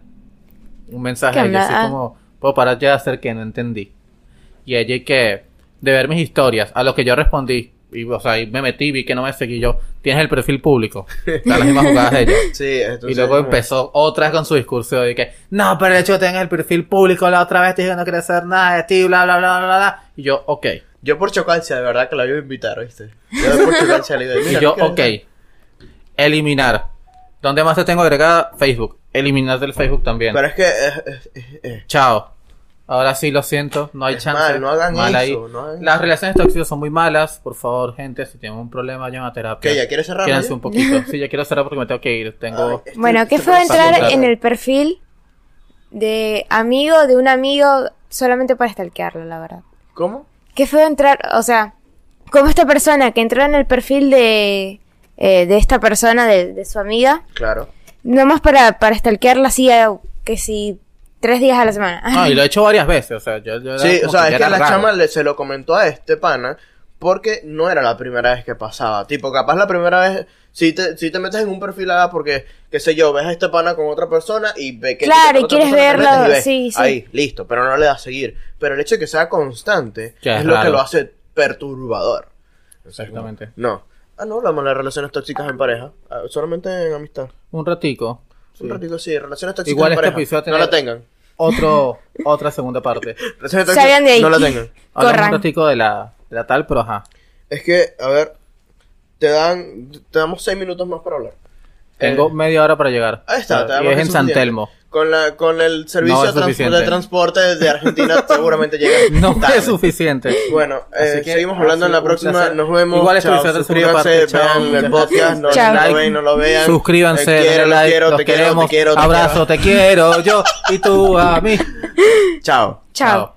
Speaker 2: Un mensaje
Speaker 3: ¿Qué
Speaker 2: ahí, yo
Speaker 3: onda? Ah.
Speaker 2: así como, puedo parar ya hacer que no entendí. Y allí que, de ver mis historias, a lo que yo respondí. Y, o sea, y me metí, vi que no me seguí yo. Tienes el perfil público. Están las mismas jugadas de ellos.
Speaker 4: Sí,
Speaker 2: Y
Speaker 4: entonces,
Speaker 2: luego
Speaker 4: como-
Speaker 2: empezó otra vez con su discurso de que, no, pero el hecho de que tengas el perfil público, la otra vez te dije que no quería hacer nada de ti, bla, bla, bla, bla, bla. Y yo, ok.
Speaker 4: Yo por chocancia, de verdad que la iba a invitar, ¿viste? Yo por chocancia le digo,
Speaker 2: Y
Speaker 4: "Mira,
Speaker 2: yo,
Speaker 4: ¿no quieres
Speaker 2: ok. Eliminar. ¿Dónde más te tengo agregada? Facebook. Eliminar del Facebook también.
Speaker 4: Pero es que eh, eh, eh, eh,
Speaker 2: Chao. Ahora sí, lo siento, no hay
Speaker 4: Es
Speaker 2: chance.
Speaker 4: mal, no hagan
Speaker 2: Mal
Speaker 4: eso,
Speaker 2: ahí.
Speaker 4: no hagan
Speaker 2: Las
Speaker 4: eso.
Speaker 2: relaciones tóxicas son muy malas. Por favor, gente, si tienen un problema, llamen a terapia.
Speaker 4: ¿Qué, ya quieres cerrar,
Speaker 2: Quédense
Speaker 4: Maya?
Speaker 2: un poquito. Sí, ya quiero cerrar porque me tengo que ir. Tengo.
Speaker 4: Ay,
Speaker 3: Bueno, ¿qué
Speaker 4: estoy-
Speaker 3: fue
Speaker 4: estoy
Speaker 3: entrar
Speaker 4: pensando.
Speaker 3: en el perfil de amigo de un amigo solamente para stalkearlo, la verdad?
Speaker 4: ¿Cómo?
Speaker 3: ¿Qué fue entrar, o sea, como esta persona que entró en el perfil de, eh, de esta persona, de, de su amiga,
Speaker 4: Claro.
Speaker 3: nomás para, para stalkearla así, eh, que si tres días a la semana.
Speaker 2: No, y lo he hecho varias veces. O sea, yo, yo era
Speaker 4: Sí, o
Speaker 2: como
Speaker 4: sea,
Speaker 2: ya
Speaker 4: es que
Speaker 2: era
Speaker 4: la
Speaker 2: raro.
Speaker 4: chama le- se lo comentó a este pana porque no era la primera vez que pasaba. Tipo, capaz la primera vez, si te, si te metes en un perfil ah, porque, qué sé yo, ves a este pana con otra persona y ve que...
Speaker 3: Claro,
Speaker 4: con
Speaker 3: y
Speaker 4: otra
Speaker 3: quieres
Speaker 4: persona te
Speaker 3: verlo,
Speaker 4: metes y ves,
Speaker 3: sí, sí.
Speaker 4: Ahí, listo, pero no le das a seguir. Pero el hecho de que sea constante
Speaker 2: Que
Speaker 4: es,
Speaker 2: es
Speaker 4: lo que
Speaker 2: raro.
Speaker 4: lo hace perturbador.
Speaker 2: Exactamente.
Speaker 4: No. Ah, no hablamos de las relaciones tóxicas en pareja, ah, solamente en amistad.
Speaker 2: Un ratico.
Speaker 4: Un
Speaker 2: Sí.
Speaker 4: ratito, sí, relaciones tóxicas
Speaker 2: Igual
Speaker 4: en
Speaker 2: este
Speaker 4: pareja.
Speaker 2: episodio
Speaker 4: No
Speaker 2: tiene-
Speaker 4: la tengan.
Speaker 2: Otro, otra segunda parte.
Speaker 4: Relaciones tóxicas,
Speaker 3: Salgan de ahí.
Speaker 4: No la tengan.
Speaker 2: Hablamos
Speaker 3: Corran.
Speaker 2: un ratico de la, de la tal, pero ajá.
Speaker 4: Es que, a ver, te dan, te damos seis minutos más para hablar.
Speaker 2: Tengo
Speaker 4: Eh,
Speaker 2: media hora para llegar.
Speaker 4: ahí está, te
Speaker 2: Y
Speaker 4: damos
Speaker 2: es en
Speaker 4: eso
Speaker 2: San
Speaker 4: suficiente.
Speaker 2: Telmo.
Speaker 4: Con, la, con el servicio
Speaker 2: No es
Speaker 4: de, trans-
Speaker 2: suficiente.
Speaker 4: de transporte desde Argentina seguramente llega.
Speaker 2: No
Speaker 4: tarde.
Speaker 2: es suficiente.
Speaker 4: Bueno, eh,
Speaker 2: Así que,
Speaker 4: seguimos hablando en la
Speaker 2: ha sido un
Speaker 4: próxima.
Speaker 2: placer.
Speaker 4: Nos vemos.
Speaker 2: Igual este esto
Speaker 4: Chao,
Speaker 2: es otra segunda
Speaker 4: suscríbanse,
Speaker 2: parte. Chao,
Speaker 4: vean el
Speaker 2: muchas
Speaker 4: podcast. No,
Speaker 3: Chao.
Speaker 4: no lo vean, no lo vean.
Speaker 2: Suscríbanse,
Speaker 4: Te quiero,
Speaker 2: denle
Speaker 4: los
Speaker 2: like,
Speaker 4: quiero,
Speaker 2: los
Speaker 4: te quiero,
Speaker 2: queremos.
Speaker 4: te quiero, te
Speaker 2: Abrazo, te quiero yo y tú a mí.
Speaker 4: quiero. Chao.
Speaker 3: Chao.